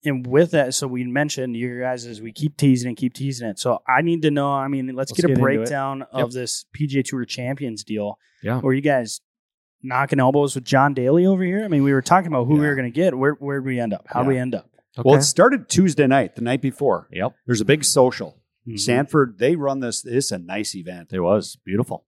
and with that, so we mentioned you guys as we keep teasing and keep teasing it. So I need to know. I mean, let's, Let's get, a get into it. breakdown of this PGA Tour Champions deal. Yeah. Were you guys knocking elbows with John Daly over here? I mean, we were talking about who we Yeah. were going to get. Where where'd we end up? How'd Yeah. we end up? Well, it started Tuesday night, the night before. yep. There's a big social. Mhm. Sanford, they run this. It's a nice event. It was beautiful.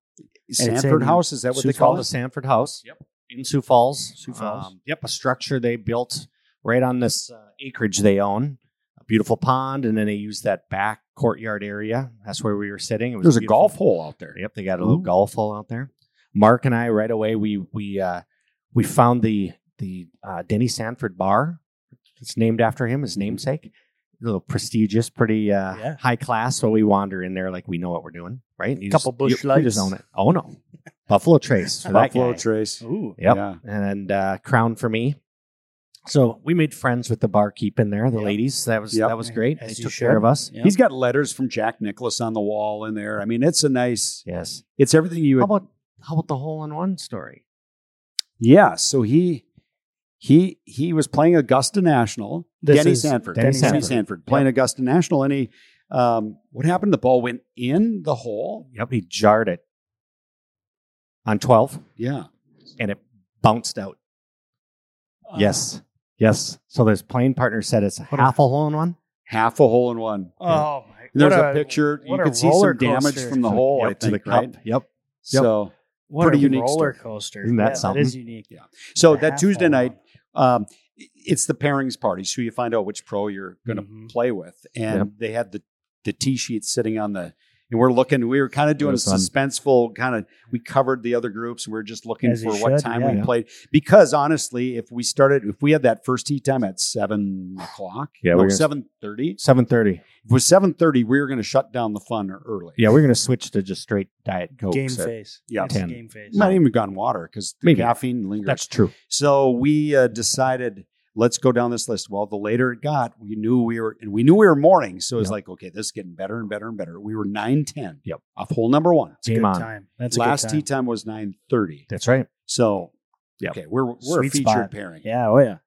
Sanford in House is that what Sioux they call Falls, it? the Sanford House. Yep. In Sioux Falls. Um, Sioux Falls. yep. A structure they built right on this uh, acreage they own. A beautiful pond, and then they used that back courtyard area. That's where we were sitting. It was There's a beautiful. golf hole out there. Yep, they got a little Ooh. golf hole out there. Mark and I right away we we uh, we found the the uh, Denny Sanford Bar. It's named after him, his namesake. A little prestigious, pretty uh, Mm-hmm. Yeah. high class. So we wander in there like we know what we're doing, right? You Couple just- bush you- we lights. just own it. Oh no, Buffalo Trace for Buffalo that guy. Trace. Ooh. Yep. Yeah. and uh, Crown for me. So we made friends with the barkeep in there, the Yep. ladies. That was Yep. that was great. As they you took should. care of us. Yeah. He's got letters from Jack Nicholas on the wall in there. I mean, it's a nice. Yes. It's everything you How would. about how about the hole in one story? yeah. So he he he was playing Augusta National. This Denny is Sanford. Denny Sanford, Sanford. playing Augusta National, and he. Um, what happened? The ball went in the hole. Yep, he jarred it on 12 Yeah. and it bounced out. yes. Yes. So this playing partner said it's a What a- half a hole in one, half a hole in one. Oh my! And there's what a, picture. You what a can see roller some damage coaster. from the hole. Yep, I to the think cup. right. Yep. Yep. So What pretty a unique roller story. coaster. Isn't that Yeah, That is something? unique. so The that half Tuesday hole. night, um, it's the pairings party. So you find out which pro you're going to Mhm. play with, and Yep. they had the the t sheet sitting on the. And we're looking. We were kind of doing a was fun. suspenseful kind of. We covered the other groups. And we are just looking As you for what should, time yeah. we Yeah. played because honestly, if we started, if we had that first tee time at seven o'clock, Yeah, no, we're gonna- seven thirty. Seven thirty. If it was seven thirty, we were going to shut down the fun early. Yeah, we're gonna switch to just straight diet coke. Game so- face. Oh, Yeah. It's a 10. game face. Not even gone water because the Maybe. caffeine lingers. That's true. So we uh, decided let's go down this list. Well, the later it got, we knew we were and we knew we were morning. So it was Yep. like, okay, this is getting better and better and better. We were nine ten. Yep. Off hole number one. It's a good Game on. time. That's a Last good tee time. time was nine thirty. That's right. So Yep. okay, we're we're a Sweet featured spot. pairing, Yeah. Oh yeah.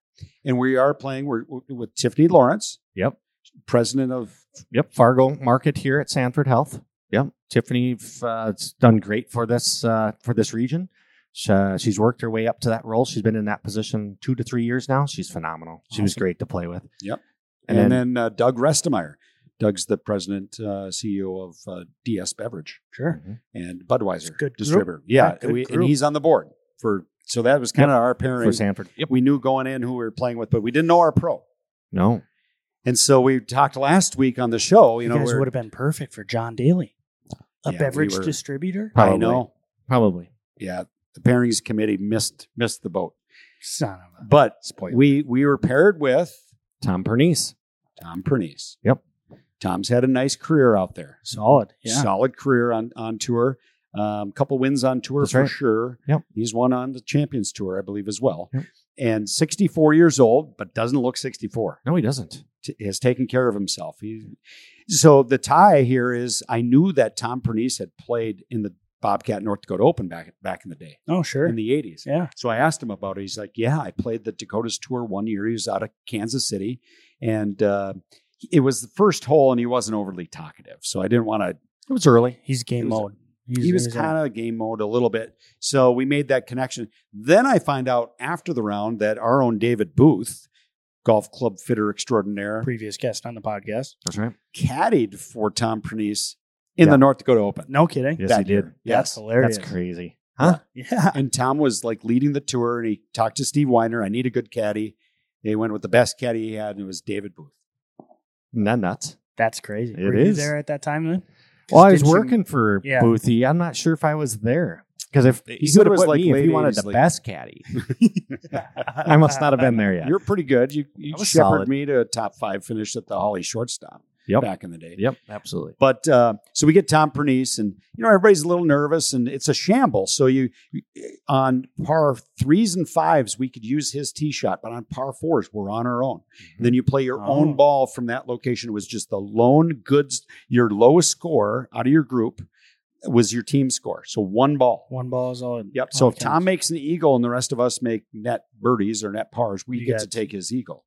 and we are playing we're, we're with Tiffany Lawrence. Yep. President of Yep. Fargo Market here at Sanford Health. Yep. Tiffany uh, has done great for this uh, for this region. She, uh, she's worked her way up to that role. She's been in that position two to three years now. She's phenomenal. She was Awesome. great to play with. Yep. And, and, then, then, uh, Doug Restemeyer. Doug's the president uh, CEO of uh, DS Beverage. Sure. and Budweiser It's good distributor. Yeah, Yeah, good we, and group. he's on the board for. So that was kind of our for pairing. Sanford. Yep. We knew going in who we were playing with, but we didn't know our pro. No. And so we talked last week on the show. You You, know, guys we're- would have been perfect for John Daly, a Yeah, we beverage were- distributor. I know. Probably. Yeah, the pairings committee missed missed the boat, Son of a. but Spoiler. we we were paired with Tom Pernice. Tom Pernice. Yep. Tom's had a nice career out there. Solid. Yeah. solid career on on tour. Um, couple wins on tour That's for right. sure. Yep. He's won on the Champions Tour, I believe, as well. Yep. And 64 years old, but doesn't look 64. No, he doesn't. T- has taken care of himself. He, so the tie here is I knew that Tom Pernice had played in the Bobcat North Dakota Open back back in the day Oh sure. in the 80s. Yeah. So I asked him about it. He's like, "Yeah, I played the Dakotas tour one year. He was out of Kansas City, and uh, it was the first hole, and he wasn't overly talkative. So I didn't want to It was early. He's game He was- mode. He's, he was he's kind of game mode a little bit. So we made that connection. Then I find out after the round that our own David Booth, golf club fitter a extraordinaire, previous guest on the podcast. That's right. caddied for Tom Pernice in Yeah. the North Dakota Open. No kidding. Yes, that he did. year. That's Yes. hilarious. That's crazy. Huh? Huh? Yeah. And Tom was like leading the tour and he talked to Steve Weiner. I need a good caddy. They went with the best caddy he had, and it was David Booth. Isn't that nuts? That's crazy. It Were you is. there at that time then? Well, I was Didn't you- working for Yeah. Boothie. I'm not sure if I was there because if he, said would it have was put like me if late he wanted 80s, the like- best caddy, I must not have been there yet. You're pretty good. You, you That was solid. shepherded me to a top five finish at the Holly shortstop Yep. back in the day. Yep, absolutely. But uh, so we get Tom Pernice, and you know everybody's a little nervous, and it's a shamble. So you on par threes and fives, we could use his tee shot, but on par fours, we're on our own. Mm-hmm. And then you play your Oh. own ball from that location. It was just the lone goods, your lowest score out of your group was your team score. So one ball. One ball is all. Yep. all So if counts. Tom makes an eagle and the rest of us make net birdies or net pars, we You get got to take his eagle.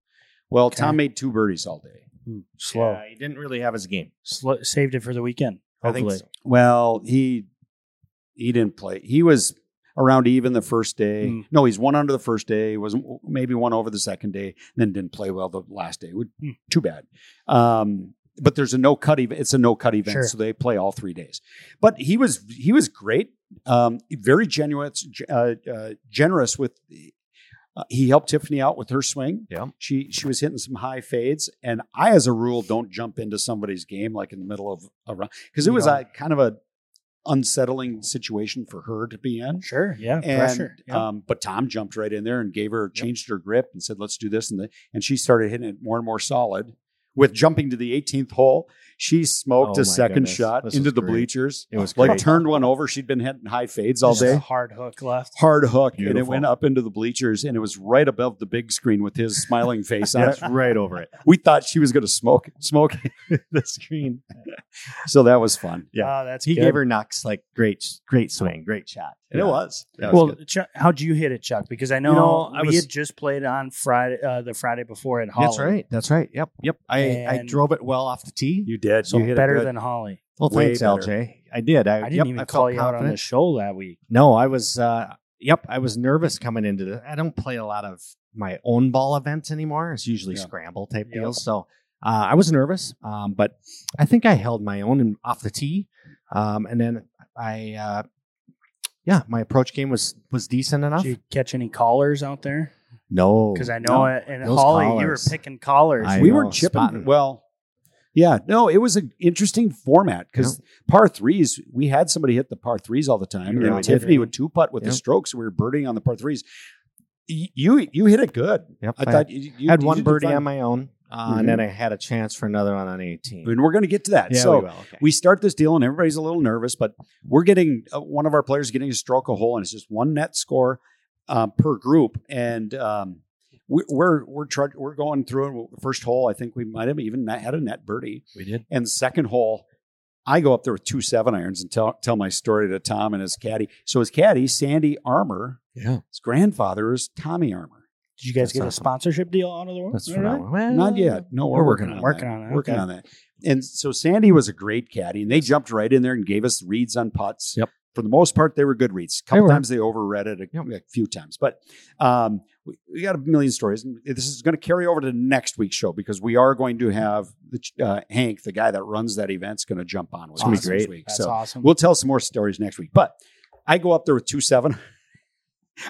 Well, Okay. Tom made two birdies all day. Ooh, slow. Yeah, he didn't really have his game. Slow, saved it for the weekend. I think Hopefully. so. Well, he he didn't play. He was around even the first day. Hmm. No, he's one under the first day. Was maybe one over the second day, and then didn't play well the last day. Would- Hmm. Too bad. Um, but there's a no cut event. It's a no cut event, Sure. so they play all three days. But he was he was great. Um, very generous, uh, uh, generous with. Uh, he helped Tiffany out with her swing. Yeah. she she was hitting some high fades, and I, as a rule, don't jump into somebody's game like in the middle of a round because it You was don't. a kind of a unsettling situation for her to be in. Sure. Yeah. And pressure. Yeah. um, but Tom jumped right in there and gave her changed her grip and said, "Let's do this." And the, and she started hitting it more and more solid. With jumping to the 18th hole, she smoked Oh my a second goodness. shot This into was the great. bleachers. It was Like great. turned one over. She'd been hitting high fades all Just a day. hard hook left. Hard hook, and it Beautiful. went up into the bleachers, and it was right above the big screen with his smiling face on it. That's right over it. We thought she was going to smoke smoke the screen, so that was fun. Yeah. Oh, that's He good. gave her knocks like great, great swing, great shot. And Yeah. it was. That was Well, good. Chuck, how'd you hit it, Chuck? Because I know, know, I we was- had just played on Friday, uh, the Friday before at Holly. that's right. That's right. Yep. Yep. I, I And- drove it well off the tee. You did. So you hit it better good. than Holly. Well, way thanks, better. LJ. I did. I, I didn't yep, even I call felt you out on confident. the show that week. No, I was. Uh, yep, I was nervous coming into this. I don't play a lot of my own ball events anymore. It's usually Yeah. scramble type Yep. deals. So Uh, I was nervous, um, but I think I held my own in, off the tee, um, and then I, uh, yeah, my approach game was was decent enough. Did you catch any callers out there? Oh, No, Because I know it in those Holly, you were callers. picking callers. I we know, were chipping spotting. well. Yeah, no, it was an interesting format because par threes, we had somebody hit the par threes all the time. You and really did. Tiffany would two putt with Yeah. the strokes. We were birding on the par threes. Y- You you hit it good. Yep, I, thought you, you I had you one did birdie fine. on my own, uh, and then I had a chance for another one on eighteen. and we're going to get to that. Yeah, we so will. Okay. we start this deal, and everybody's a little nervous, but we're getting uh, one of our players getting a stroke a hole, and it's just one net score um, per group, and um, we, we're we're trudge, we're going through it. The first hole, I think we might have even not had a net birdie. we did. And the second hole, I go up there with two seven irons and tell tell my story to Tom and his caddy. So his caddy, Sandy Armour, Yeah, his grandfather is Tommy Armour. Did you guys That's get a awesome. sponsorship deal out of the world? that's All phenomenal. Well, Not yet. No, we're, We're working, working on on Working on that. it. Working okay. on that. And so Sandy was a great caddy, and they jumped right in there and gave us reads on putts. Yep. For the most part, they were good reads. A couple were. times they overread it, a, a few times. But um, we, we got a million stories. And this is going to carry over to next week's show because we are going to have the, ch- uh, Hank, the guy that runs that event, is going to jump on with It's gonna be us this great. week. That's so awesome. We'll tell some more stories next week. But I go up there with two seven.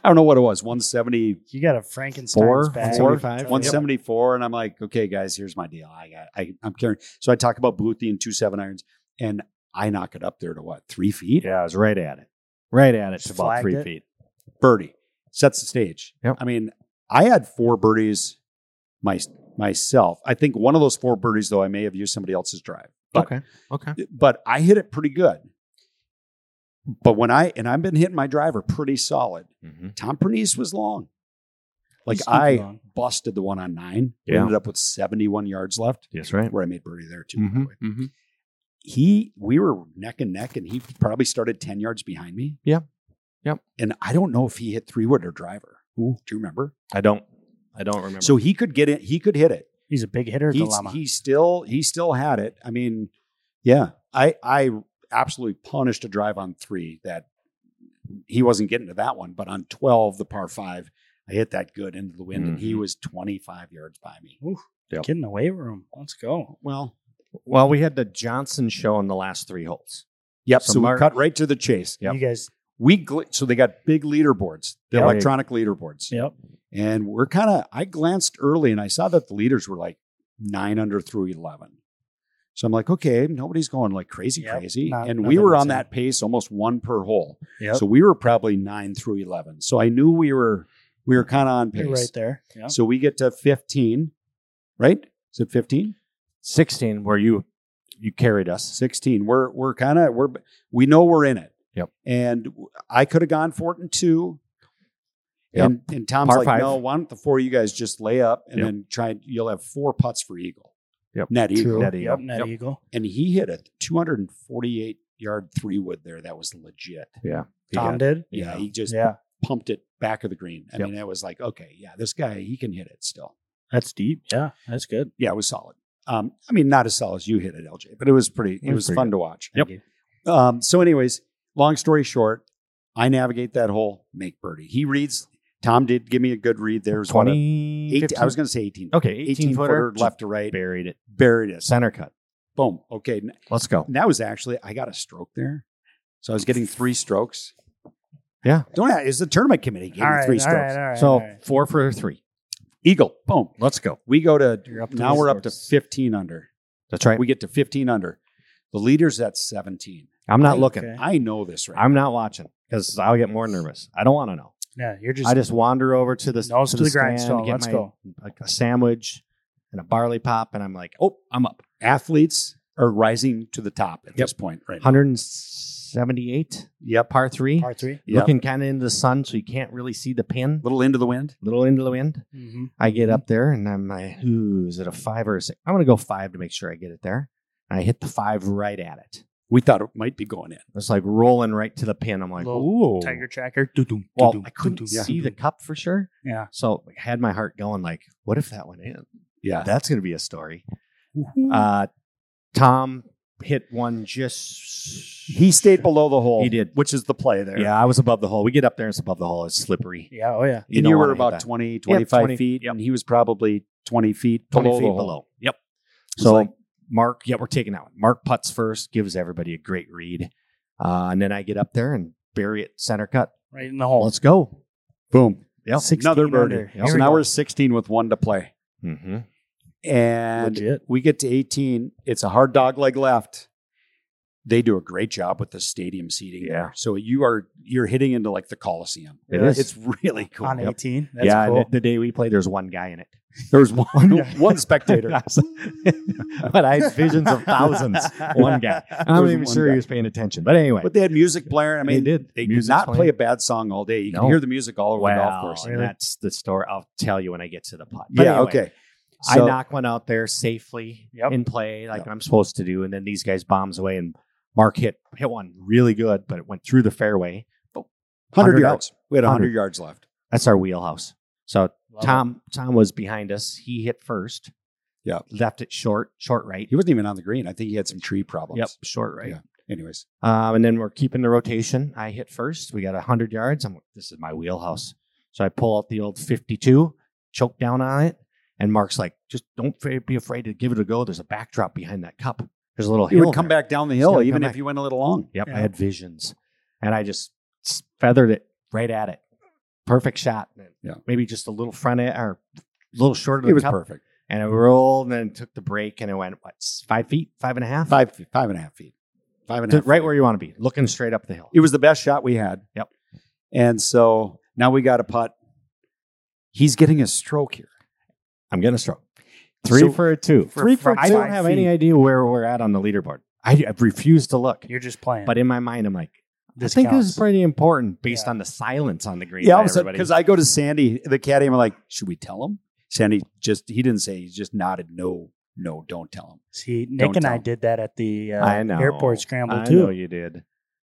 I don't know what it was, 170, you got a Frankenstein's Four, bag. four, Yep. 174. And I'm like, okay, guys, here's my deal. I got, I, I'm carrying. So I talk about Bluthie and two seven irons, and I knock it up there to what, three feet? Yeah, I was right at it. Right at it. Just It's about flagged three it. feet. Birdie sets the stage. Yep. I mean, I had four birdies my, myself. I think one of those four birdies, though, I may have used somebody else's drive. But okay. Okay. but I hit it pretty good. But when I and I've been hitting my driver pretty solid. Mm-hmm. Tom Pernice was long. Like He's I sneaky long. busted the one on nine. Yeah. Ended up with 71 yards left, Yes, right. where I made birdie there too. by the Mm-hmm. way. He we were neck and neck, and he probably started 10 yards behind me. Yeah. Yep. And I don't know if he hit three wood or driver. Who do you remember? I don't. I don't remember. So he could get it, he could hit it. He's a big hitter, the He's- llama. he still he still had it. I mean, yeah, I I absolutely punished a drive on three that he wasn't getting to that one, but on twelve, the par five, I hit that good into the wind, and he Mhm. was twenty five yards by me. Get in the weight room. Let's go. Well, well, we had the Johnson show in the last three holes. yep. So So, we Mark- cut right to the chase. Yep. You guys. We gl- so they got big leaderboards, the oh, Yep. electronic leaderboards, Yep. and we're kind of. I glanced early and I saw that the leaders were like nine under through eleven. So I'm like, okay, nobody's going like crazy, Yep. crazy, Not- and we nothing were on insane. that pace, almost one per hole. Yep. So we were probably nine through eleven. So I knew we were we were kind of on pace. You're right there. Yep. So we get to fifteen, right? Is it 15? Sixteen, where you you carried us. 16. We're we're kind of we're we know we're in it. Yep. And I could have gone for it in two. Yep. And and Tom's Par like, five. no, why don't the four of you guys just lay up and Yep. then try? You'll have four putts for eagle. Yep. Net eagle. True. Net Yep. eagle. Net Yep. eagle. And he hit a 248 yard three wood there. That was legit. Yeah. He Tom got- did. yeah, He just Yeah. pumped it back of the green. I Yep. mean, that was like, okay, yeah, this guy he can hit it still. That's deep. Yeah. That's good. Yeah, it was solid. Um, I mean, not as solid as you hit it, LJ, but it was pretty. It, It was was, pretty fun good. to watch. Yep. Thank you. Um, so, anyways, long story short, I navigate that hole, make birdie. He reads. Tom did give me a good read. There was what, a- Twenty. Oh, 18, 15? I was going to say eighteen. okay. Eighteen, Eighteen footer, footer left to right, Buried it. buried it. Center cut. Boom. Okay, n- Let's go. that was actually I got a stroke there, so I was getting three strokes. Yeah. Don't ask, it's the tournament committee gave All me right. three all strokes. right. All right. all so right. four for three. Eagle. Boom. Let's go. We go to You're up to now the we're up to scores. fifteen under. That's right. We get to 15 under. The leader's at 17. I'm not Okay. looking. I know this right. I'm not watching because I'll get more nervous. I don't want to know. Yeah. You're just. I just wander over to the Nose to to the, the grindstone. stand, get Let's my- go. Like a sandwich and a barley pop, and I'm like, oh, I'm up. Athletes are rising to the top at this point right now. 178. Yep. par three, Part three. Yep. looking kind of into the sun, so you can't really see the pin. Little into the wind. Little into the wind. Mm-hmm. I get up there and I'm like, ooh, is it a five or a six? I'm gonna go five to make sure I get it there. And I hit the five right at it. We thought it might be going in. It's like rolling right to the pin. I'm like, Little ooh, Tiger tracker. Doo-doom, Well, doo-doom, I couldn't doo-doom, see the doo-doom. cup for sure, Yeah. so I had my heart going like, what if that went in? Yeah. That's gonna be a story. Uh, Tom hit one just. He stayed below the hole. He did. Which is the play there. Yeah, I was above the hole. We get up there, it's above the hole. It's slippery. Yeah. Oh yeah. And don't you, were wanna hit about that. 20, 25 20, feet, and he was probably 20 feet 20 below feet the hole. below. Yep. So like- Mark, yeah, we're taking that one. Mark puts first, gives everybody a great read, uh, and then I get up there and bury it center cut. right in the Oh. hole. Let's go. Boom. Yep. 16 Another birdie. under. Yep. Here So we now go. we're 16 with one to play. Mm-hmm. And legit. we get to 18. It's a hard dog leg left. They do a great job with the stadium seating. Yeah. So you are you're hitting into like the Coliseum. It is. It's really cool. On Yep. 18. That's yeah, cool. the, the day we played, there's one guy in it. There was one one spectator. but I had visions of thousands. one guy. There I'm was not even one sure guy. he was paying attention. But anyway, But they had music blaring. I They mean, did. They Music's did not play playing. a bad song all day. You No. can hear the music all over Well, the golf course. and that's the story. I'll tell you when I get to the putt. But yeah. anyway, Okay. I So- knock one out there safely Yep. in play, like Yep. I'm supposed to do, and then these guys bombs away, and Mark hit hit one really good, but it went through the fairway. 100, 100 yards. We had 100, 100. yards left. That's our wheelhouse. So Love it. Tom Tom was behind us. He hit first. Yeah. left it short, short right. He wasn't even on the green. I think he had some tree problems. Yep, short right. Yeah. Anyways, Um, and then we're keeping the rotation. I hit first. We got 100 yards. I'm, this is my wheelhouse. So I pull out the old 52, choke down on it. And Mark's like, just don't fa- be afraid to give it a go. There's a backdrop behind that cup. There's a little he hill. would come there. back down the He's hill gonna even come if back. you went a little long. Yep, Yeah. I had visions. And I just s- feathered it right at it. Perfect shot. Yeah. Maybe just a little front end or a little shorter. of It the was cup. perfect. And I rolled and then took the break and it went, what, s- five feet, five and a half? Five feet, five and a half feet. Five and a To- half. right feet. where you want to be, looking straight up the hill. It was the best shot we had. Yep. And so now we got a putt. He's getting a stroke here. I'm getting a stroke. Three So- for a two. Three for I two. don't have any idea where we're at on the leaderboard. I, I refuse to look. You're just playing. But in my mind, I'm like, this I think counts. this is pretty important based Yeah. on the silence on the green. Yeah, by all of a sudden, everybody. because I go to Sandy, the caddy, and I'm like, should we tell him? Sandy just, he didn't say, he just nodded, no, no, don't tell him. See, Nick Don't and I tell. did that at the uh, I know. airport scramble I too. know you did.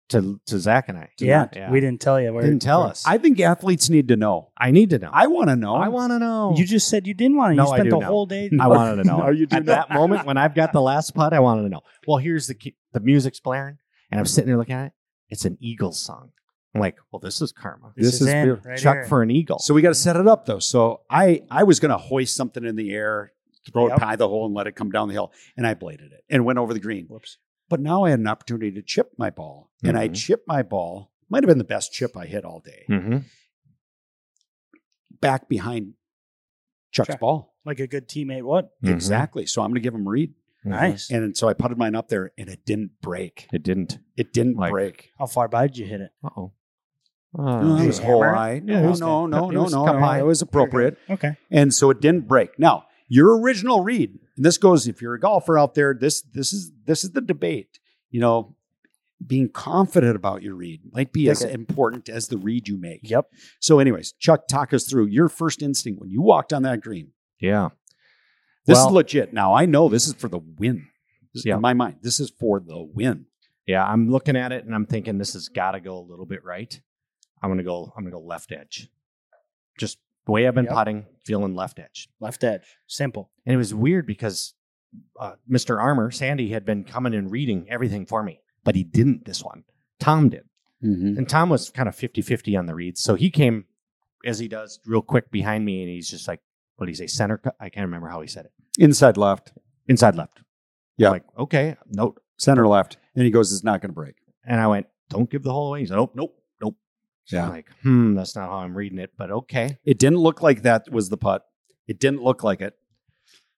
To to Zach and I. yeah, Not- we didn't tell you. We're- Didn't tell we're- us. I think athletes need to know. I need to know. I want to know. I want to know. You just said you didn't want to. No, you I spent do the know. whole day. I wanted to know. No, you do At not. that moment when I've got the last putt, I wanted to know. Well, here's the key. the music's blaring, and I'm sitting there looking at it. It's an Eagles song. I'm like, well, this is karma. This is in, pure right Chuck here. for an Eagle. So we got to set it up though. So I I was going to hoist something in the air, throw Yep. it by the hole, and let it come down the hill, and I bladed it and went over the green. Whoops. But now I had an opportunity to chip my ball, and I Mhm. chipped my ball. Might have been the best chip I hit all day. mm-hmm. Back behind Chuck's Chuck. ball, Like a good teammate would. Mhm. exactly. So I'm going to give him a read, Nice. and so I putted mine up there, and it didn't break. It didn't. It didn't Like- break. How far by did you hit it? Uh-oh. Uh, No, it was you whole hammer it? high. Yeah, it No, was- no, no, it no, was no, come no. high. It was appropriate. Okay. and so it didn't break. Now, your original read, and this goes if you're a golfer out there, this this is this is the debate. You know, being confident about your read might be as Okay. important as the read you make. Yep. So, anyways, Chuck, talk us through your first instinct when you walked on that green. yeah. This Well- is legit. Now I know this is for the win. This- Yeah. In my mind, this is for the win. Yeah. I'm looking at it and I'm thinking this has got to go a little bit right. I'm gonna go. I'm gonna go left edge. Just the way I've been Yep. putting, feeling left edge. Left edge. Simple. And it was weird because uh, Mr. Armour, Sandy, had been coming and reading everything for me, but he didn't this one. Tom did. And Tom was kind of 50 50 on the reads. So he came, as he does, real quick behind me and he's just like, what did he say? Center cut? I can't remember how he said it. Inside left, Inside left. Yeah. Like, okay, nope. center left, and he goes, "It's not going to break." And I went, don't give the whole away. He's like, nope, nope, nope. So Yeah. I'm like, hmm, that's not how I'm reading it, but okay. It didn't look like that was the putt. It didn't look like it.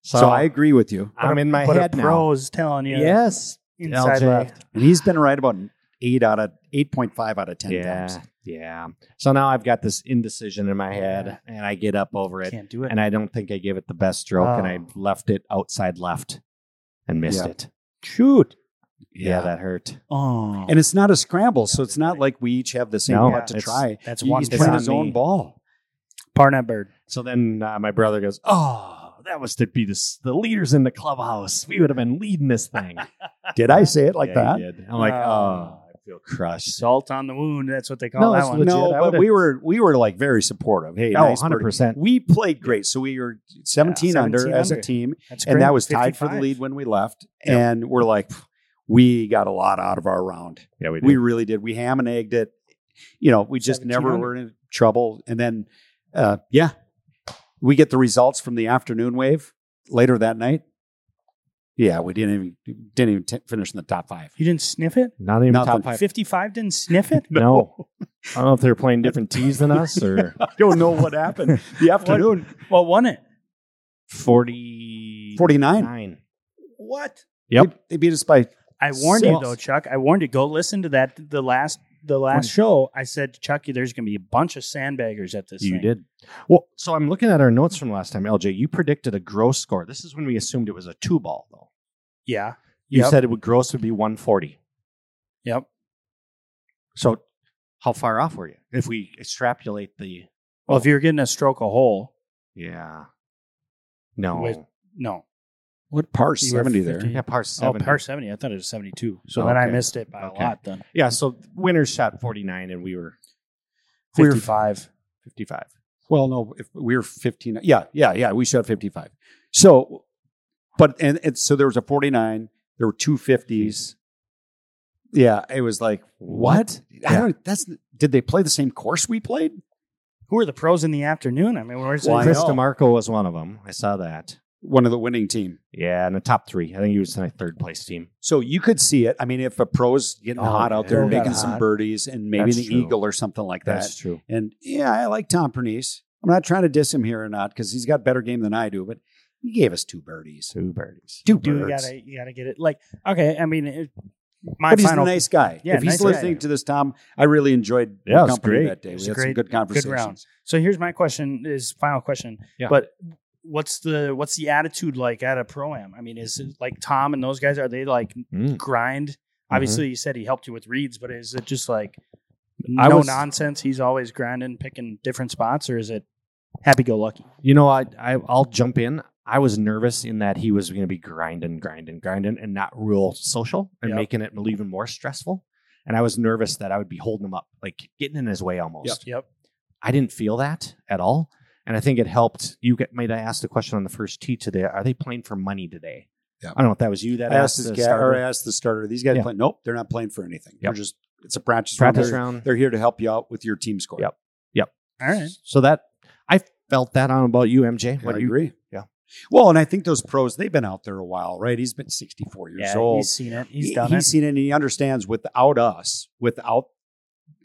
So, I agree with you. I'm in my but head a now. pro's telling you. Yes. Inside LJ. left. And he's been right about eight out of eight point five out of ten yeah, times. Yeah. So now I've got this indecision in my head and I get up over it Can't do it. and I don't think I gave it the best stroke and I Oh. left it outside left and missed Yeah. it. Shoot. Yeah. that hurt. oh. And it's not a scramble, so it's not like we each have the same No, putt to it's- try. that's He- one He's it's playing on his own me. ball. Parnett bird. So then uh, my brother goes, "Oh, that was to be the, s- the leaders in the clubhouse. We would have been leading this thing Did I say it like Yeah, he that? did. I'm like, Oh. "Oh, I feel crushed." Salt on the wound. That's what they call No, that it's one. legit. no, I but would've- we were we were like very supportive. Hey, Oh, nice birdie. 100%. We played great, so we were seventeen, 17 under, as a under. team, That's and great. that was tied for the 55. lead when we left. Yeah. And we're like, we got a lot out of our round. Yeah, we We really did. We ham and egged it. You know, we just 17 never under. were in trouble. And then, uh, yeah, we get the results from the afternoon wave later that night. Yeah, we didn't even didn't even t- finish in the top five. You didn't sniff it? Not even Nothing. top five. 55 didn't sniff it? No. I don't know if they were playing different tees than us or I don't know what happened. The afternoon, What won it? 40. 49. What? Yep. They, they beat us by I warned you Six. though, Chuck. I warned you. Go listen to that the last the last show. I said, Chuck, there's going to be a bunch of sandbaggers at this. You thing. did. Well, so I'm looking at our notes from last time, LJ. You predicted a gross score. This is when we assumed it was a two ball, though. Yeah. You Yep. said it would gross would be 140. Yep. So how far off were you? If we extrapolate the Well, if you were getting a stroke a hole, yeah, no, Wait. no. what par You were 70 there? 50. yeah, par seven. Oh, par seventy. I thought it was seventy-two. So Oh, then I okay. missed it by Okay. a lot. Then Yeah, so winners shot 49 and we were We were- fifty-five. 55. Well, no, if we were 15. Yeah, yeah, yeah. We shot 55. So, but, and, and so there was a 49, there were two 50s. Yeah, it was like, what? I Yeah. don't, that's, did they play the same course we played? Who are the pros in the afternoon? I mean, where's Well, I the Chris know. DeMarco was one of them. I saw that. One of the winning team. Yeah, in the top three. I think he was in a third place team. So you could see it. I mean, if a pro's getting Oh, hot out there, yeah. making Got some hot. birdies and maybe That's the true. eagle or something like that. true. And yeah, I like Tom Pernice. I'm not trying to diss him here or not because he's got better game than I do, but he gave us two birdies. Two birdies. Two Do you birds. gotta you gotta get it? Like okay, I mean, it, my but he's a final nice guy. Yeah, if he's nice guy. listening to this, Tom, I really enjoyed Yeah, it your was company great. that day. It We was had a some great- good conversations. round. So here's my question: Is final question? Yeah. But what's the what's the attitude like at a pro am? I mean, is it like Tom and those guys? Are they like Mm. grind? Obviously, you said he helped you with reads, but is it just like I no was- nonsense? He's always grinding, picking different spots, or is it happy go lucky? You know, I, I I'll jump in. I was nervous in that he was going to be grinding, grinding, grinding, and not real social, and Yep. making it even more stressful. And I was nervous that I would be holding him up, like getting in his way almost. Yep. I didn't feel that at all, and I think it helped. You get made. I asked the question on the first tee today. Are they playing for money today? Yep. I don't know if that was you that I asked. asked, his the guy, starter. or I asked the starter. These guys Yeah. playing? Nope, they're not playing for anything. They're Yep. just it's a practice, Practice round. They're- round. They're here to help you out with your team score. Yep. All right. So that I felt that on about you, MJ. I do you- agree. Yeah. Well, and I think those pros they've been out there a while, right? He's been 64 years Yeah, old. he's seen it. He's He- done it. he's seen it and he understands without us, without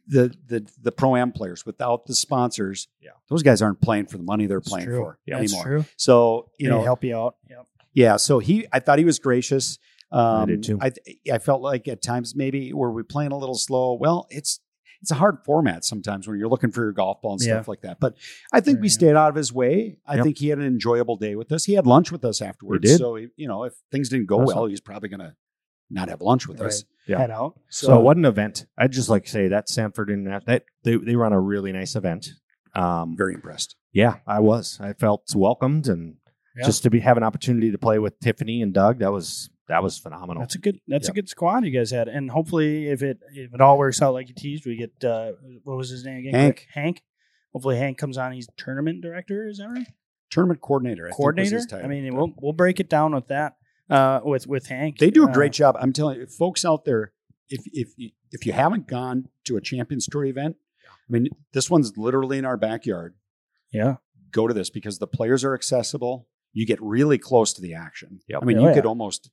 the the the pro am players, without the sponsors, Yeah. those guys aren't playing for the money they're playing true. for Yeah, That's anymore. true. So, you They know, help you out. Yep. yeah, so he I thought he was gracious. Um, I did too. I I felt like at times maybe were we playing a little slow. Well, it's it's a hard format sometimes when you're looking for your golf ball and stuff like that. But I think we Right. stayed out of his way. I Yep. think he had an enjoyable day with us. He had lunch with us afterwards. did. So you know, if things didn't go Awesome. well, he's probably gonna not have lunch with us. Right. Yeah. Head out. So, what an event! I'd just like to say that Sanford and that that- they they were on a really nice event. Um, very impressed. Yeah, I was. I felt welcomed and Yeah. just to be have an opportunity to play with Tiffany and Doug, that was that was phenomenal. That's a good. That's Yep. a good squad you guys had, and hopefully, if it if it all works out like you teased, we get uh, what was his name again? Hank. Hank. Hopefully, Hank comes on. He's tournament director. Is that right? Tournament coordinator, I Think Coordinator. was his title. I mean, we'll we'll break it down with that. Uh, with with Hank, they do a Uh, great job. I'm telling you, folks out there, if if you- if you haven't gone to a Champions Tour event, I mean, this one's literally in our backyard. Yeah, Go to this because the players are accessible. You get really close to the action. Yep. I mean, Oh, you yeah. could almost,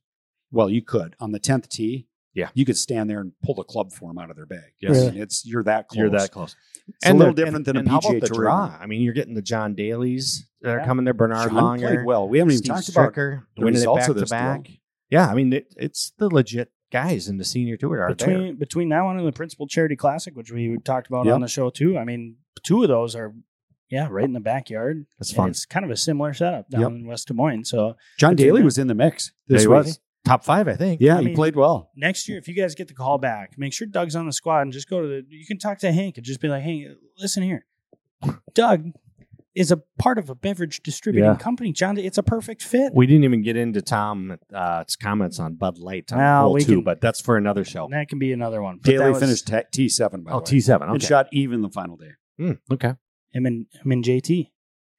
well, you could on the tenth tee. Yeah. you could stand there and pull the club form out of their bag. Yes. I Really? mean, it's you're that close. You're that close. It's a little the- different than and a how about PGA the Tour draw? event. I mean, you're getting the John Daly's that are Yeah. coming there, Bernard John Longer, played well. We haven't even Steve talked about Stricker, the winning it results back of to this deal. back. Yeah, I mean, it, it's the legit guys in the senior tour are between there. between that one and the Principal Charity Classic, which we talked about Yep. on the show too. I mean, two of those are yeah, right in the backyard. That's And fun. It's kind of a similar setup down Yep. in West Des Moines. So John Between Daly them. was in the mix. This They week. was. Top five, I think. Yeah, I he mean- played well. next year, if you guys get the call back, make sure Doug's on the squad and just go to the. You can talk to Hank and just be like, "Hey, listen here, Doug is a part of a beverage distributing Yeah. company. John, it's a perfect fit. We didn't even get into Tom's comments on Bud Light on Well, hole we two, can- but that's for another show. that can be another one. But that Daly was finished T seven by Oh, the way. T7. and Okay. shot even the final day. Mm, okay. him and him and JT,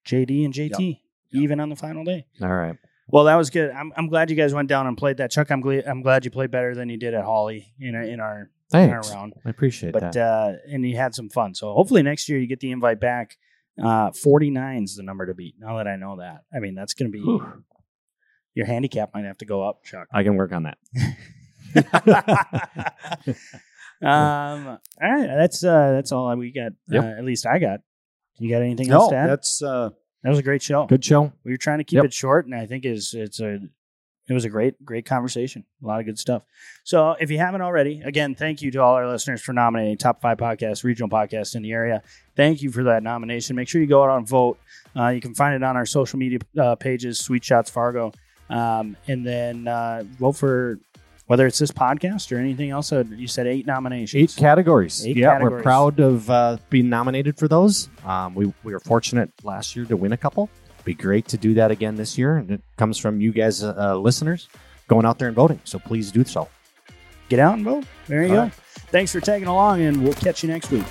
JD and JT, even on the final day. All right. Well, that was good. I'm, I'm glad you guys went down and played that, Chuck. I'm glad I'm glad you played better than you did at Holly in our, in our in our Thanks. round. I appreciate But that. uh, and you had some fun. So hopefully next year you get the invite back. Uh, 49 is the number to beat. Now that I know that, I mean that's going to be Whew. you Your handicap might have to go up, Chuck. I can work on that. um, all right, that's uh, that's all we got. Yep. Uh, at least I got. You got anything No, else to add? that's uh, That was a great show. Good show. We were trying to keep Yep. it short, and I think is it's a it was a great great conversation. A lot of good stuff. So if you haven't already, again, thank you to all our listeners for nominating top five podcasts, regional podcasts in the area. Thank you for that nomination. Make sure you go out and vote. Uh, you can find it on our social media uh, pages, Sweet Shots Fargo, um, and then uh, vote for whether it's this podcast or anything else. Uh, You said eight Eight nominations. categories. Eight yeah, we're categories. proud of uh, being nominated for those. Um, we, we were fortunate last year to win a couple. Be great to do that again this year. And it comes from you guys, uh, uh, listeners, going out there and voting. So please do so. Get out and vote. There you All go. right. Thanks for tagging along, and we'll catch you next week.